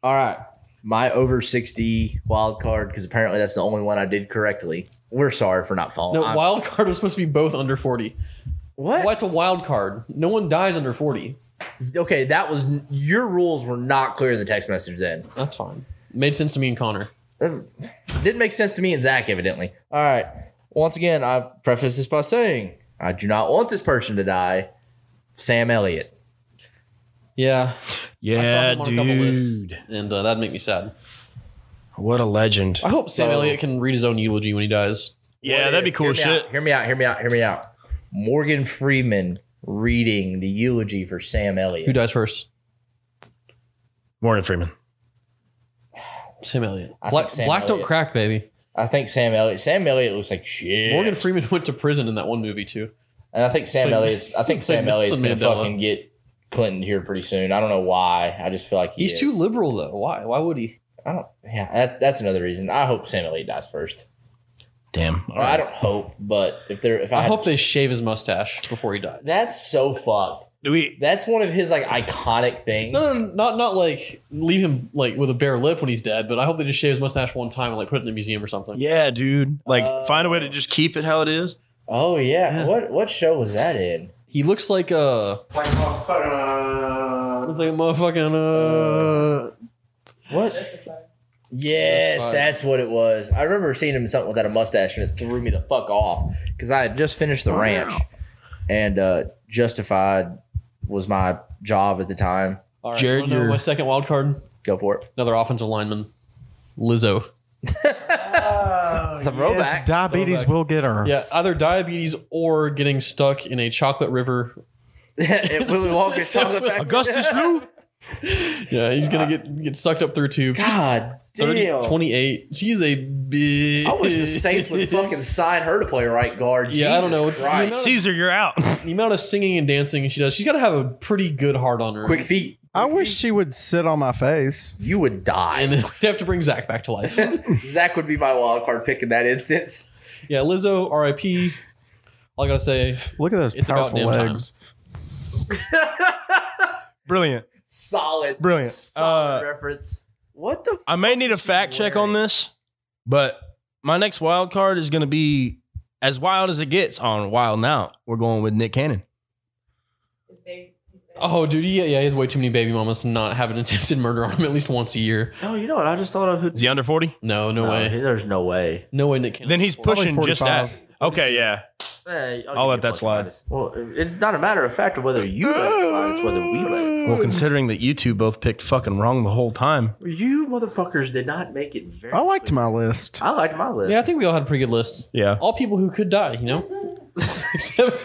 Speaker 6: All right. My over sixty wild card because apparently that's the only one I did correctly. We're sorry for not following.
Speaker 3: No,
Speaker 6: I'm-
Speaker 3: wild card was supposed to be both under forty.
Speaker 6: Uh, what?
Speaker 3: What's a wild card? No one dies under forty.
Speaker 6: Okay, that was your rules were not clear in the text message. Then
Speaker 3: That's fine. Made sense to me and Connor.
Speaker 6: didn't make sense to me and Zach evidently. All right. Once again, I preface this by saying I do not want this person to die. Sam Elliott.
Speaker 3: Yeah, I saw
Speaker 5: Yeah,
Speaker 3: him on a couple lists,
Speaker 5: dude.
Speaker 3: and uh, that'd make me sad.
Speaker 5: What a legend.
Speaker 3: I hope Sam
Speaker 6: So-
Speaker 3: Elliott can read his own eulogy when he dies.
Speaker 5: Yeah,
Speaker 6: What
Speaker 5: that'd
Speaker 6: if-
Speaker 5: be cool
Speaker 6: hear me
Speaker 5: shit.
Speaker 6: out, hear me out. Hear me out. Hear me out. Morgan Freeman reading the eulogy for Sam
Speaker 3: Who
Speaker 6: Elliott.
Speaker 3: dies first?
Speaker 5: Morgan Freeman.
Speaker 3: Sam Elliott.
Speaker 6: I think
Speaker 3: Black,
Speaker 6: Sam
Speaker 3: Black don't
Speaker 6: Elliott.
Speaker 3: crack, baby.
Speaker 6: I think Sam Elliott. Sam Elliott looks like shit.
Speaker 3: Morgan Freeman went to prison in that one movie too.
Speaker 6: and I think Sam
Speaker 3: Freeman-
Speaker 6: Elliott's.
Speaker 5: [LAUGHS]
Speaker 6: I think
Speaker 3: Freeman
Speaker 6: Sam Elliott's gonna
Speaker 3: Mandela.
Speaker 6: fucking get Clinton here pretty soon. I don't know why. I just feel like he
Speaker 3: He's
Speaker 6: is.
Speaker 3: too liberal though. Why? Why would he?
Speaker 6: I don't. Yeah, that's that's another reason. I hope Sam Elliott dies first.
Speaker 5: Damn. All
Speaker 6: I
Speaker 5: right.
Speaker 6: don't hope, but if they're if I,
Speaker 3: I
Speaker 6: had-
Speaker 3: hope they shave his mustache before he dies.
Speaker 6: That's so fucked.
Speaker 5: Do we?
Speaker 6: That's one of his like iconic things.
Speaker 3: No, no, no, not not like leave him like with a bare lip when he's dead. But I hope they just shave his mustache one time and like put it in a museum or something.
Speaker 5: Yeah, dude. Like,
Speaker 6: Uh,
Speaker 5: find a way to just keep it how it is.
Speaker 6: Oh yeah.
Speaker 3: Yeah.
Speaker 6: What what show was that in?
Speaker 3: He looks like uh, a looks like a motherfucking uh.
Speaker 6: What
Speaker 4: Justified.
Speaker 6: Yes,
Speaker 3: That's
Speaker 6: that's,
Speaker 3: fine.
Speaker 6: what it was. I remember seeing him in something with that a mustache, and it threw me the fuck off because I had just finished the ranch, and uh, Justified was my job at the time.
Speaker 3: All right,
Speaker 5: Jared,
Speaker 3: Jared, no,
Speaker 5: you're-
Speaker 3: my second wild card,
Speaker 6: Go for it.
Speaker 3: another offensive lineman, Lizzo.
Speaker 2: yes, diabetes
Speaker 3: Throwback.
Speaker 2: will get her.
Speaker 3: Yeah, either diabetes or getting stuck in a chocolate river.
Speaker 6: [LAUGHS] At Willy Wonka's chocolate factory.
Speaker 5: Augustus Lou?
Speaker 3: Yeah, he's gonna get get sucked up through tubes. She's
Speaker 6: God
Speaker 3: 30,
Speaker 6: damn.
Speaker 3: 28. She's a big.
Speaker 6: I wish the Saints [LAUGHS] would fucking sign her to play right guard.
Speaker 3: Yeah, I don't know.
Speaker 6: Jesus Christ.
Speaker 5: [LAUGHS] Caesar, you're out. [LAUGHS]
Speaker 3: [LAUGHS] the amount of singing and dancing she does, she's got to have a pretty good heart on her.
Speaker 6: Quick feet.
Speaker 2: I wish she would sit on my face.
Speaker 6: You
Speaker 3: [LAUGHS]
Speaker 6: would
Speaker 3: And
Speaker 6: die.
Speaker 3: then we'd have to bring Zach back to life.
Speaker 6: Zach would be my wild card pick in that [LAUGHS] instance.
Speaker 3: yeah, Lizzo, RIP. All I gotta say,
Speaker 2: Look at those
Speaker 3: It's about
Speaker 2: powerful
Speaker 3: damn time.
Speaker 2: legs.
Speaker 5: Brilliant.
Speaker 6: Solid.
Speaker 5: Brilliant.
Speaker 6: Solid
Speaker 5: Uh,
Speaker 6: reference. What the
Speaker 5: I may need a fact check on this, but my next wild card is going to be as wild as it gets on Wild Now. We're going with Nick Cannon.
Speaker 4: His baby- his baby.
Speaker 3: oh, dude, yeah, yeah, he has way too many baby mamas to not have an [LAUGHS] attempted murder on him at least once a year.
Speaker 6: Oh, you know what? I just thought of who.
Speaker 5: Is he under 40?
Speaker 3: No, no,
Speaker 6: No,
Speaker 3: way.
Speaker 6: there's no way.
Speaker 3: No way, Nick Cannon.
Speaker 5: Then he's pushing just that.
Speaker 2: 45.
Speaker 5: Okay, yeah. I'll let
Speaker 6: give you
Speaker 5: that
Speaker 6: plus
Speaker 5: slide.
Speaker 6: minus. Well, it's not a matter of fact of whether you let it slide; it's whether we let it
Speaker 5: Well, considering that you two both picked fucking wrong the whole time.
Speaker 6: slide. [LAUGHS] You motherfuckers did not make it very.
Speaker 2: I liked my list.
Speaker 6: I liked my list.
Speaker 3: Yeah, I think we all had a pretty good list.
Speaker 5: Yeah.
Speaker 3: All people who could die, you know? Except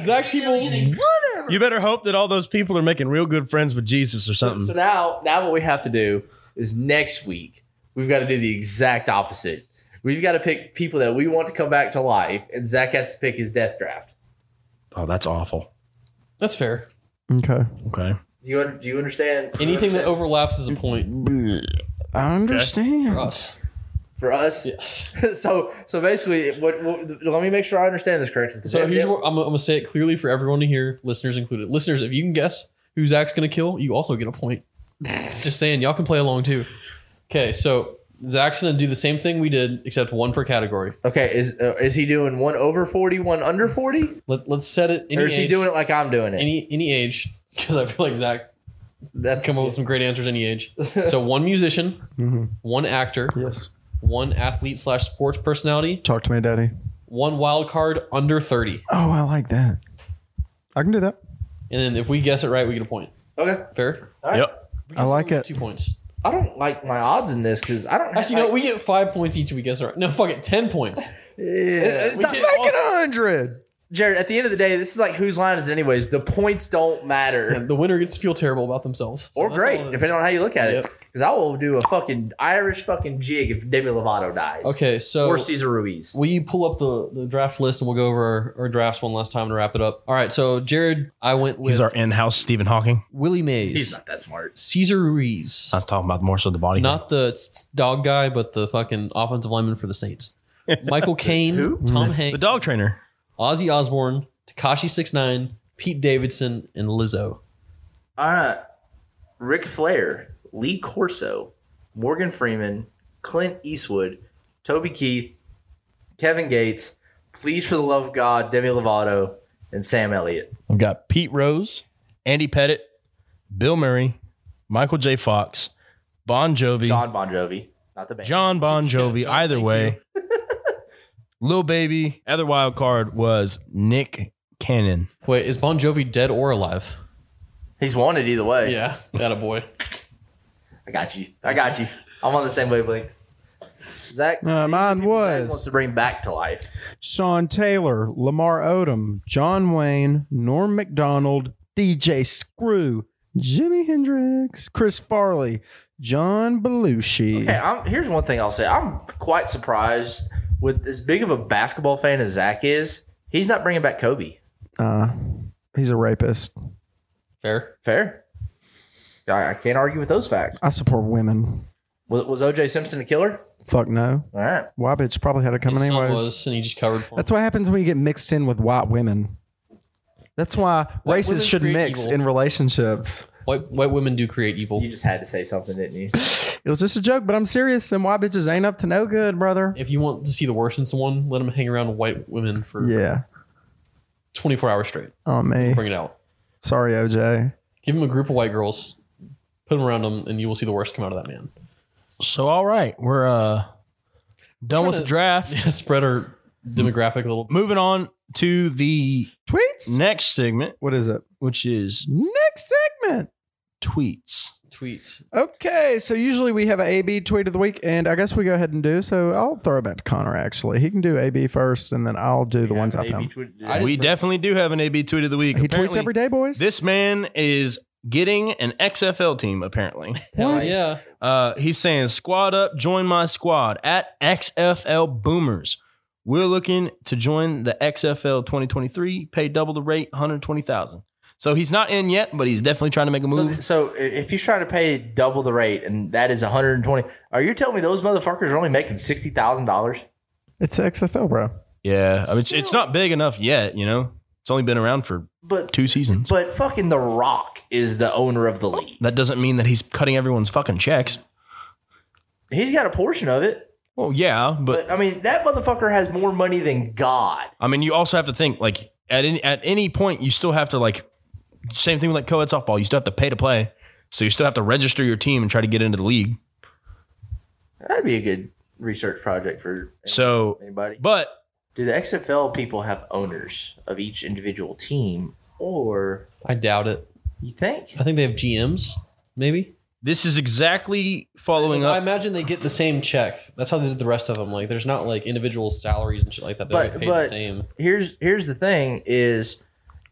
Speaker 3: Zach's people.
Speaker 5: You better hope that all those people are making real good friends with Jesus or something.
Speaker 6: So now, now what we have to do is next week we've got to do the exact opposite. We've got to pick people that we want to come back to life, and Zach has to pick his death draft.
Speaker 5: Oh, that's awful.
Speaker 3: That's fair.
Speaker 2: Okay.
Speaker 5: Okay.
Speaker 6: Do you un- do you understand?
Speaker 3: Anything that overlaps is a point
Speaker 2: I understand.
Speaker 3: for us.
Speaker 6: for us.
Speaker 3: Yes.
Speaker 6: [LAUGHS] so so basically, it- what, what, let me make sure I understand this correctly. 'cause
Speaker 3: So
Speaker 6: it-
Speaker 3: here's
Speaker 6: it-
Speaker 3: what I'm, I'm gonna say it clearly for everyone to hear, listeners included. Listeners, if you can guess who Zach's gonna kill, you also get a point. Just saying, y'all can play along too. Okay, so Zach's gonna do the same thing we did, except one per category.
Speaker 6: okay, is uh, is he doing one over forty, one under forty,
Speaker 3: Let, let's set it. Any
Speaker 6: or is
Speaker 3: age,
Speaker 6: he doing it like I'm doing it?
Speaker 3: any any age? Because I feel like Zach
Speaker 6: That's
Speaker 3: come up with some great answers any
Speaker 6: [LAUGHS]
Speaker 3: age. So one musician,
Speaker 2: Mhm.
Speaker 3: one actor,
Speaker 2: Yes.
Speaker 3: one athlete slash sports personality,
Speaker 2: Talk to me, Daddy.
Speaker 3: one wild card under thirty,
Speaker 2: Oh, I like that. I can do that.
Speaker 3: and then if we guess it right, we get a point.
Speaker 6: okay.
Speaker 3: Fair.
Speaker 6: All right.
Speaker 5: Yep.
Speaker 2: I like it.
Speaker 3: Two points.
Speaker 6: I don't like my odds in this because I don't.
Speaker 3: Actually,
Speaker 6: I,
Speaker 3: no, we get five points each if we guess it right. No, fuck it, ten points.
Speaker 6: it- it's
Speaker 3: we
Speaker 6: not-
Speaker 3: get
Speaker 6: make it up.
Speaker 2: hundred.
Speaker 6: [LAUGHS] Jared, at the end of the day, this is like whose line is it anyways. The points don't matter.
Speaker 3: The winner gets to feel terrible about themselves. So
Speaker 6: or
Speaker 3: that's
Speaker 6: great,
Speaker 3: all it is.
Speaker 6: depending on how you look at it.
Speaker 3: Yep.
Speaker 6: Because I will do a fucking Irish fucking jig if Demi Lovato dies.
Speaker 3: Okay, so
Speaker 6: Or Cesar Ruiz.
Speaker 3: Will you pull up the, the draft list and we'll go over our, our drafts one last time to wrap it up? All right, so Jared, I went with
Speaker 5: He's our in-house Stephen Hawking.
Speaker 3: Willie Mays,
Speaker 6: He's not that smart.
Speaker 3: Caesar Ruiz,
Speaker 5: I was talking about more so the body.
Speaker 3: not the t- t- dog guy, but the fucking offensive lineman for
Speaker 5: [LAUGHS]
Speaker 3: the Saints, Michael Caine,
Speaker 6: Who?
Speaker 3: Tom
Speaker 5: the
Speaker 3: Hanks,
Speaker 5: dog trainer.
Speaker 3: Ozzy Osbourne, Takashi Six Nine, Pete Davidson, and Lizzo.
Speaker 6: Uh, Ric Flair, Lee Corso, Morgan Freeman, Clint Eastwood, Toby Keith, Kevin Gates, please for the love of God, Demi Lovato, and Sam Elliott.
Speaker 5: I've got Pete Rose, Andy Pettit, Bill Murray, Michael J. Fox, Bon Jovi, John,
Speaker 6: John Bon Jovi. Not the band.
Speaker 5: Bon Jovi.
Speaker 3: John,
Speaker 5: either
Speaker 3: thank
Speaker 5: way, [LAUGHS] Lil Baby. Other wild card was Nick Cannon.
Speaker 3: Wait, is Bon Jovi dead or alive?
Speaker 6: He's wanted either way.
Speaker 3: Yeah, that a boy.
Speaker 6: I got you. I got you. I'm on the same wavelength. Zach,
Speaker 2: Uh, mine
Speaker 6: people Zach
Speaker 2: was-
Speaker 6: wants to bring back to life.
Speaker 2: Sean Taylor, Lamar Odom, John Wayne, Norm McDonald, DJ Screw, Jimi Hendrix, Chris Farley, John Belushi.
Speaker 6: Okay, I'm, here's one thing I'll say. I'm quite surprised with as big of a basketball fan as Zach is. He's not bringing back Kobe.
Speaker 2: Uh, he's a rapist.
Speaker 3: Fair.
Speaker 6: Fair. I, I can't argue with those facts.
Speaker 2: I support women.
Speaker 6: Was, was OJ Simpson a killer?
Speaker 2: Fuck no.
Speaker 6: All right.
Speaker 2: Why bitch probably had it
Speaker 3: His
Speaker 2: coming
Speaker 3: son
Speaker 2: anyways.
Speaker 3: was, and he just covered. For him.
Speaker 2: That's what happens when you get mixed in with white women. That's why
Speaker 3: White women
Speaker 2: races should
Speaker 3: create
Speaker 2: mix
Speaker 3: evil.
Speaker 2: in relationships.
Speaker 3: White, white women do create evil.
Speaker 6: You just had to say something, didn't you?
Speaker 2: It was just a joke, but I'm serious. Them white bitches ain't up to no good, brother.
Speaker 3: If you want to see the worst in someone, let them hang around white women for
Speaker 2: Yeah.
Speaker 3: 24 hours straight.
Speaker 2: On me.
Speaker 3: Bring it out.
Speaker 2: Sorry, OJ.
Speaker 3: Give him a group of white girls, put them around him, and you will see the worst come out of that man. [LAUGHS]
Speaker 5: So all right, we're uh done
Speaker 3: Trying
Speaker 5: with the
Speaker 3: to-
Speaker 5: draft.
Speaker 3: [LAUGHS] Yeah, spread our demographic a little.
Speaker 5: Moving on to the
Speaker 2: Tweets?
Speaker 5: next segment,
Speaker 2: What is it?
Speaker 5: which is
Speaker 2: Next segment.
Speaker 5: tweets.
Speaker 3: Tweets.
Speaker 2: Okay, so usually we have a AB tweet of the week, and I guess we go ahead and do. So I'll throw it back to Connor. Actually, he can do AB first, and then I'll do the ones I
Speaker 6: Maybe
Speaker 2: found.
Speaker 6: tweet-
Speaker 3: I didn't
Speaker 5: We
Speaker 3: bring-
Speaker 5: definitely do have an AB tweet of the week.
Speaker 2: He tweets
Speaker 5: Apparently,
Speaker 2: every day, boys.
Speaker 5: This man is getting an XFL team.
Speaker 3: [LAUGHS]
Speaker 5: Apparently,
Speaker 3: Hell yeah.
Speaker 5: uh, he's saying, "Squad up, join my squad at XFL Boomers. We're looking to join the XFL 2023. Pay double the rate, 120,000. So he's not in yet, but he's definitely trying to make a
Speaker 6: So,
Speaker 5: move.
Speaker 6: so i- if he's trying to pay double the rate and that is 120, are you telling me those motherfuckers are only making sixty thousand dollars?
Speaker 2: it's XFL, bro.
Speaker 5: yeah, I mean, it's, it's not big enough yet. You know, it's only been around for
Speaker 6: But
Speaker 5: two seasons.
Speaker 6: but fucking The Rock is the owner of the league.
Speaker 5: that doesn't mean that he's cutting everyone's fucking checks.
Speaker 6: He's got a portion of it.
Speaker 5: Well, yeah, but
Speaker 6: But I mean, that motherfucker has more money than God.
Speaker 5: I mean, you also have to think like at any at any point you still have to like same thing with like co-ed softball. You still have to pay to play, so you still have to register your team and try to get into the league.
Speaker 6: That'd be a good research project for
Speaker 5: So,
Speaker 6: anybody.
Speaker 5: but
Speaker 6: Do the XFL people have owners of each individual team, or
Speaker 3: I doubt it.
Speaker 6: you think?
Speaker 3: I think they have GMs, maybe.
Speaker 5: this is exactly following
Speaker 3: I
Speaker 5: up.
Speaker 3: imagine they get the same check. That's how they did the rest of them. Like, there's not like individual salaries and shit like that. They
Speaker 6: But-
Speaker 3: get paid
Speaker 6: but-
Speaker 3: the same.
Speaker 6: Here's here's the thing: is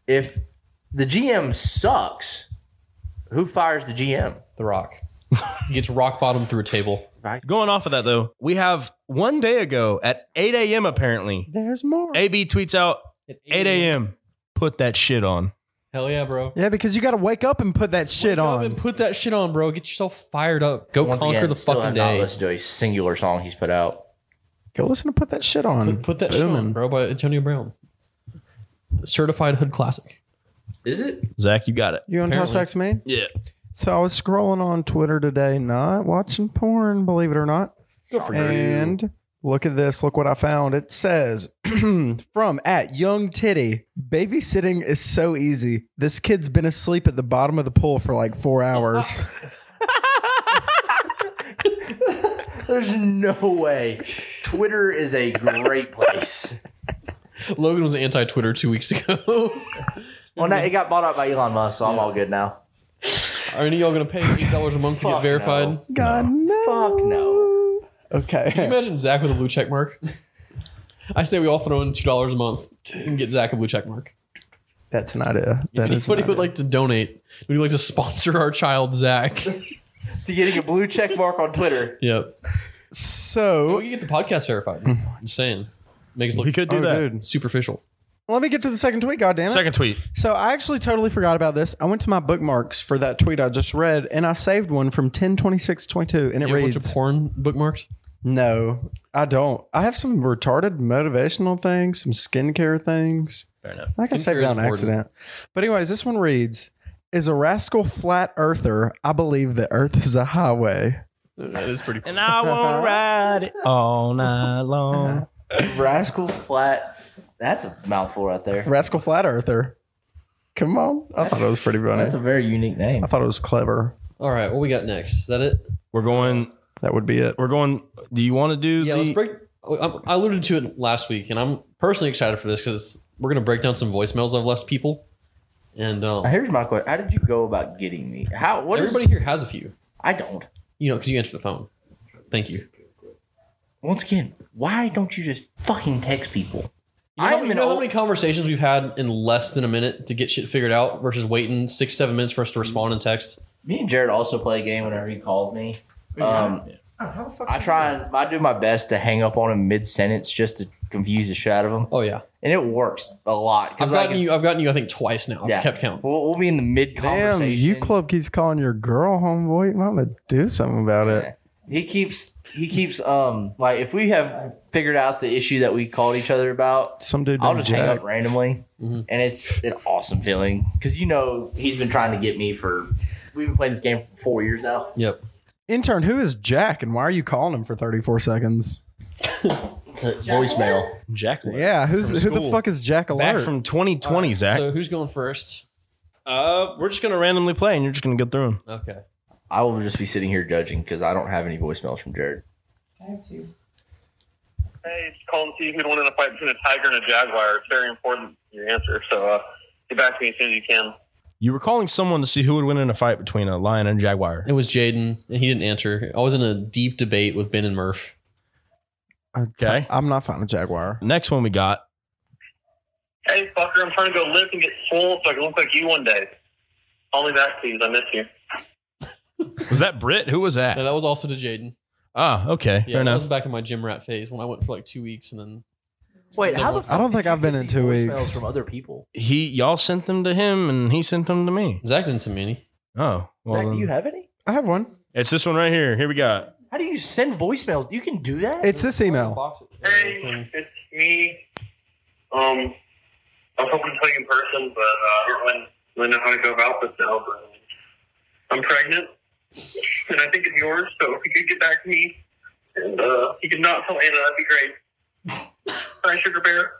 Speaker 6: if the GM sucks, who fires the GM?
Speaker 3: The Rock he gets rock bottom through a table. [LAUGHS]
Speaker 5: Going off of that though, we have one day ago at eight a.m. Apparently,
Speaker 2: There's more.
Speaker 5: AB tweets out eight a.m. Put that shit on.
Speaker 3: Hell yeah, bro.
Speaker 2: Yeah, because you got to wake up and put that shit
Speaker 3: Wake up
Speaker 2: on.
Speaker 3: and put that shit on, bro. Get yourself fired up. Go
Speaker 6: Once
Speaker 3: conquer
Speaker 6: again,
Speaker 3: the
Speaker 6: still
Speaker 3: fucking
Speaker 6: have Not
Speaker 3: day.
Speaker 6: listened to a singular song he's put out.
Speaker 2: Go listen to put that shit on.
Speaker 3: Put, put that shit on,
Speaker 2: Booming.
Speaker 3: bro, by Antonio Brown. Certified Hood Classic.
Speaker 6: Is it?
Speaker 5: Zach, you got it.
Speaker 2: You want to toss
Speaker 3: Apparently.
Speaker 2: back to me?
Speaker 5: Yeah.
Speaker 2: So I was scrolling on Twitter today, not watching porn, believe it or not.
Speaker 5: Good for
Speaker 2: and look at this. Look what I found. It says [CLEARS THROAT] from at Young Titty. Babysitting is so easy. This kid's been asleep at the bottom of the pool for like four
Speaker 3: [LAUGHS]
Speaker 2: hours. [LAUGHS]
Speaker 6: There's no way. Twitter is a
Speaker 3: [LAUGHS]
Speaker 6: great place.
Speaker 3: Logan was anti Twitter two weeks ago.
Speaker 6: well, now it got bought out by Elon Musk, so I'm all good now.
Speaker 3: [LAUGHS] Are any of y'all gonna pay eight dollars a month to get
Speaker 6: Fuck
Speaker 3: verified?
Speaker 6: no.
Speaker 2: God no.
Speaker 3: [LAUGHS]
Speaker 6: Fuck no.
Speaker 2: Okay.
Speaker 3: Can you imagine Zach with a blue check mark? [LAUGHS] I say we all throw in two dollars a month and get Zach a blue check mark.
Speaker 2: That's not it.
Speaker 3: If
Speaker 2: That is
Speaker 3: anybody
Speaker 2: not
Speaker 3: would
Speaker 2: it.
Speaker 3: like to donate, would you like to sponsor our child Zach?
Speaker 6: To getting a blue check mark on Twitter.
Speaker 3: yep.
Speaker 2: so.
Speaker 3: We can get the podcast verified. I'm just saying. Make us look
Speaker 5: We could do
Speaker 2: Oh,
Speaker 5: that.
Speaker 2: dude.
Speaker 3: superficial.
Speaker 2: Let me get to the second tweet. God damn it.
Speaker 5: Second tweet.
Speaker 2: So I actually totally forgot about this. I went to my bookmarks for that tweet I just read, and I saved one from 10-26-22, and it
Speaker 3: You have a bunch of
Speaker 2: reads,
Speaker 3: porn bookmarks.
Speaker 2: "No, I don't. I have some retarded motivational things, some skincare things.
Speaker 5: Fair enough.
Speaker 2: I think I
Speaker 3: Skincare
Speaker 2: saved
Speaker 3: is
Speaker 2: that on
Speaker 3: important.
Speaker 2: accident. But anyways, this one reads." Is a rascal flat earther. I believe the earth is a highway.
Speaker 3: That is pretty.
Speaker 5: And I [LAUGHS] won't ride it all night long.
Speaker 6: Rascal Flat. That's a mouthful right there.
Speaker 2: Rascal flat earther. Come on. I thought it was pretty funny.
Speaker 6: That's a
Speaker 2: I
Speaker 6: very unique name.
Speaker 2: thought it was clever.
Speaker 3: All right, what we got next? Is that it?
Speaker 5: We're going.
Speaker 2: That would be it.
Speaker 5: We're going. Do you want to do?
Speaker 3: Yeah,
Speaker 5: the,
Speaker 3: let's break. I I alluded to it last week, and I'm personally excited for this because we're gonna break down some voicemails I've left people. And um,
Speaker 6: Here's my question: How did you go about getting me? How? What?
Speaker 3: everybody
Speaker 6: Everybody.
Speaker 3: here has a few,
Speaker 6: I don't.
Speaker 3: you know, because you answer the phone. Thank you.
Speaker 6: Once again, why don't you just fucking text people?
Speaker 3: You know,
Speaker 6: I
Speaker 3: how-
Speaker 6: am
Speaker 3: you
Speaker 6: an
Speaker 3: know how
Speaker 6: old-
Speaker 3: many conversations we've had in less than a minute to get shit figured out versus waiting six, seven minutes for us to respond in text.
Speaker 6: Me and Jared also play a game whenever he calls me. Um, I try and I do my best to hang up on him mid sentence just to confuse the shit out of him,
Speaker 3: Oh yeah,
Speaker 6: and it works a lot.
Speaker 3: I've
Speaker 6: Because
Speaker 3: gotten you. I've gotten you. I think twice now.
Speaker 6: Yeah.
Speaker 3: I've kept count.
Speaker 6: We'll, we'll be in the mid
Speaker 2: Damn,
Speaker 6: conversation.
Speaker 2: you club keeps calling your girl homeboy. I'm gonna do something about it.
Speaker 6: He keeps he keeps um like if we have figured out the issue that we called each other about,
Speaker 2: Some dude
Speaker 6: I'll
Speaker 2: named
Speaker 6: just
Speaker 2: Jack.
Speaker 6: hang up randomly,
Speaker 2: Mm-hmm.
Speaker 3: Mhm.
Speaker 6: and it's an awesome feeling because you know he's been trying to get me for. We've been playing this game for four years now.
Speaker 3: Yep.
Speaker 2: Intern, who is Jack, and why are you calling him for 34 seconds?
Speaker 6: It's a voicemail.
Speaker 5: Jack. Alert.
Speaker 2: Yeah, who's
Speaker 5: From
Speaker 2: who the
Speaker 5: school.
Speaker 2: fuck is Jack
Speaker 5: Back
Speaker 2: Alert?
Speaker 5: from 2020, Zach.
Speaker 3: So who's going first?
Speaker 5: uh, we're just gonna randomly play, and you're just gonna go through them.
Speaker 3: Okay.
Speaker 6: I will just be sitting here judging because I don't have any voicemails from Jared.
Speaker 4: I have two.
Speaker 7: Hey, just calling to see who'd win in a fight between a tiger and a jaguar. It's very important, your answer. So uh, get back to me as soon as you can.
Speaker 5: You were calling someone to see who would win in a fight between a lion and a jaguar.
Speaker 3: It was Jaden, and he didn't answer. I was in a deep debate with Ben and Murph.
Speaker 5: Okay.
Speaker 2: I'm not finding Jaguar.
Speaker 5: Next one we got.
Speaker 7: Hey, fucker, I'm trying to go lift and get swole so I can look like you one day. Call me back, please. I miss you.
Speaker 5: Was that Brit? Who was
Speaker 3: No,
Speaker 5: that?
Speaker 3: that was also to Jaden.
Speaker 5: Ah, okay.
Speaker 3: Yeah,
Speaker 5: Fair
Speaker 3: that
Speaker 5: enough.
Speaker 3: was back in my gym rat phase when I went for like two weeks, and then
Speaker 6: Wait,
Speaker 3: how the
Speaker 2: I don't think I've been in two weeks.
Speaker 6: from other people.
Speaker 5: He y'all sent them to him, and he sent them to me.
Speaker 3: Zach didn't send me any.
Speaker 5: Oh, well
Speaker 6: Zach, do
Speaker 5: then.
Speaker 6: you have any?
Speaker 2: I have one.
Speaker 5: it's this one right here. Here we got.
Speaker 6: How do you send voicemails? You can do that.
Speaker 2: It's this email.
Speaker 7: Hey, it's me. Um, I was hoping to play in person, but uh, I don't really- really know how to go about this now. But uh, I'm pregnant, and I think it's yours. So if you could get back to me, and uh, you could not tell Anna, that'd be great. Hi, sugar bear.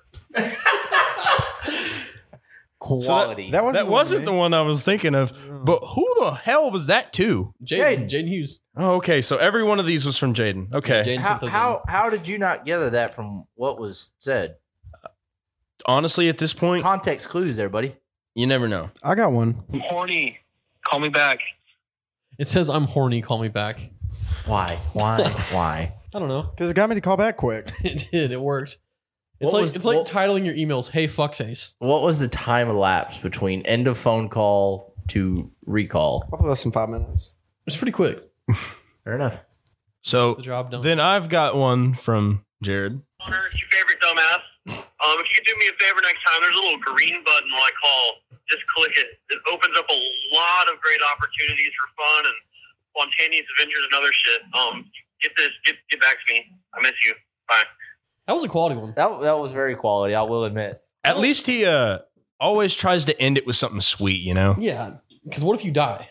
Speaker 6: quality.
Speaker 2: That wasn't,
Speaker 5: That wasn't the
Speaker 2: me.
Speaker 5: one I was thinking of, but who the hell was that to?
Speaker 3: Jaden, Jaden Hughes.
Speaker 5: Oh, okay. So every one of these was from Jaden. Okay.
Speaker 3: Jaden sent
Speaker 6: how,
Speaker 3: those
Speaker 6: how how did you not gather that from what was said?
Speaker 5: Honestly, at this point,
Speaker 6: Context clues, there, buddy.
Speaker 5: you never know.
Speaker 2: I got one.
Speaker 7: I'm horny. Call me back.
Speaker 3: in. It says I'm horny. Call me back.
Speaker 6: Why?
Speaker 2: [LAUGHS]
Speaker 6: Why? Why?
Speaker 3: I don't know. [LAUGHS]
Speaker 2: Because it got me to call back quick.
Speaker 3: It did. It worked. It's
Speaker 6: What
Speaker 3: like
Speaker 6: was-
Speaker 3: it's like
Speaker 6: what-
Speaker 3: titling your emails. Hey, fuckface.
Speaker 6: What was the time elapse between end of phone call to recall?
Speaker 2: Probably less than five minutes.
Speaker 3: It's pretty quick.
Speaker 6: Fair enough.
Speaker 5: So
Speaker 3: It's the job done.
Speaker 5: Then I've got one from Jared.
Speaker 7: Connor, it's your favorite dumbass. Um, if you could do me a favor next time, there's a little green button when I call. just click it. It opens up a lot of great opportunities for fun and spontaneous adventures and other shit. Um, get this, get get back to me. I miss you. Bye.
Speaker 3: That was a quality one.
Speaker 6: That that was very quality. I will admit.
Speaker 5: At least he uh, always tries to end it with something sweet, you know?
Speaker 3: Yeah, because what if you die,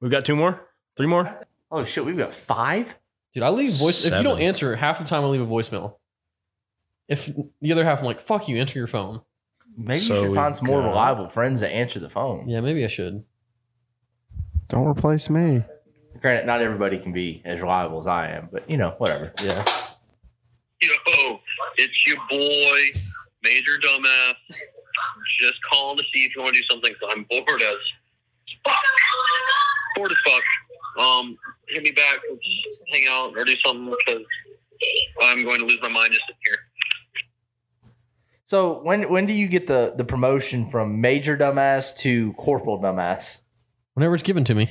Speaker 5: We've got two more? Three more?
Speaker 6: Oh shit, we've got five.
Speaker 3: dude? I leave voice. If you don't
Speaker 5: Seven.
Speaker 3: answer, half the time I leave a voicemail. If the other half, I'm like, "Fuck you, answer your phone."
Speaker 6: Maybe
Speaker 5: So
Speaker 6: you should
Speaker 5: we've
Speaker 6: find some more
Speaker 5: got-
Speaker 6: reliable friends that answer the phone.
Speaker 3: Yeah, maybe I should.
Speaker 2: Don't replace me.
Speaker 6: Granted, not everybody can be as reliable as I am, but you know, whatever.
Speaker 3: Yeah,
Speaker 7: Yo, it's your boy, Major Dumbass. Just calling to see if you want to do something 'cause I'm bored as fuck. Bored as fuck. Um, hit me back, let's hang out, or do something because I'm going to lose my mind just sitting here.
Speaker 6: So when when do you get the the promotion from major dumbass to corporal dumbass?
Speaker 3: whenever it's given to me.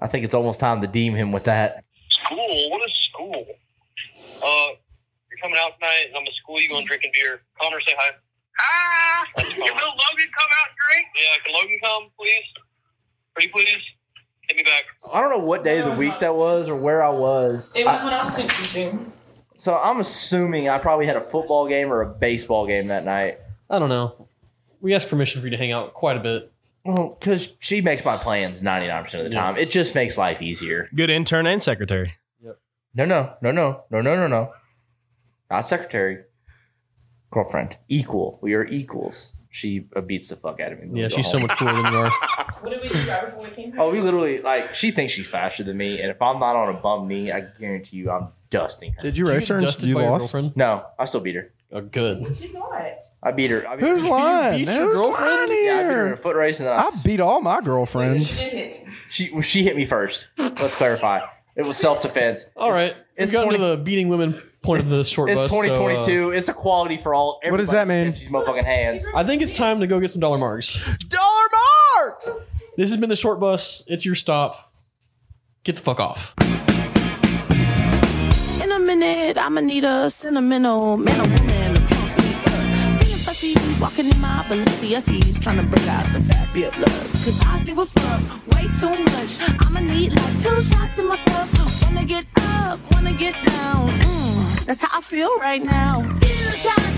Speaker 6: I think it's almost time to deem him with that.
Speaker 7: School? What is school? Uh, you're coming out tonight, and I'm at school. You going drinking beer? Connor, say hi. Hi. Ah, Can Logan come out and drink? Yeah, can Logan come, please? Pretty please. Hit me back.
Speaker 6: I don't know what day of the week that was or where I was.
Speaker 4: It
Speaker 6: I-
Speaker 4: was when I was still teaching.
Speaker 6: so I'm assuming I probably had a football game or a baseball game that night.
Speaker 3: I don't know. We asked permission for you to hang out quite a bit.
Speaker 6: Well, because she makes my plans 99% of the
Speaker 3: Yeah.
Speaker 6: time. It just makes life easier.
Speaker 5: Good intern and secretary.
Speaker 6: No, no, no, no, no, no, no, no. Not secretary. Girlfriend. Equal. We are equals. She uh, beats the fuck out of me. when we
Speaker 3: Yeah,
Speaker 6: go
Speaker 3: she's so
Speaker 6: home.
Speaker 3: much cooler than you are.
Speaker 4: What did we do right before we came?
Speaker 6: Oh, we literally, like, she thinks she's faster than me. And if I'm not on a bum knee, I guarantee you I'm dusting
Speaker 2: [LAUGHS]
Speaker 6: her.
Speaker 2: Did you
Speaker 3: Did
Speaker 2: race
Speaker 3: get
Speaker 2: her and
Speaker 3: dusted
Speaker 2: you
Speaker 3: by your
Speaker 2: lost?
Speaker 3: girlfriend?
Speaker 6: No, I still beat her.
Speaker 3: Oh, good.
Speaker 4: What you got?
Speaker 6: I beat her. I beat
Speaker 2: Who's
Speaker 6: her.
Speaker 2: lying?
Speaker 5: your
Speaker 2: Who's
Speaker 5: girlfriend?
Speaker 2: lying
Speaker 6: Yeah, I beat her in
Speaker 2: here?
Speaker 6: a foot race, and then I,
Speaker 2: I beat all my girlfriends.
Speaker 4: Friends.
Speaker 6: she well, she hit me first. Let's clarify. It was self defense.
Speaker 3: All right,
Speaker 6: it's
Speaker 3: we got
Speaker 6: 20
Speaker 3: into the beating women point of the short
Speaker 6: It's
Speaker 3: bus. so, uh,
Speaker 6: 2022. it's equality for all.
Speaker 2: What does that
Speaker 6: Everybody
Speaker 2: mean?
Speaker 6: touches These motherfucking hands.
Speaker 3: I think it's time to go get some dollar marks.
Speaker 2: Dollar marks.
Speaker 3: This has been the short bus. It's your stop. Get the fuck off.
Speaker 8: In a minute, I'ma need a sentimental man or woman to pump me up. Feeling fussy, walking in my Balenciennes, trying to bring out the fabulous. Cause I give a fuck way too much. I'ma need like two shots in my cup. Wanna get up, wanna get down. Mm, that's how I feel right now. Feel the kind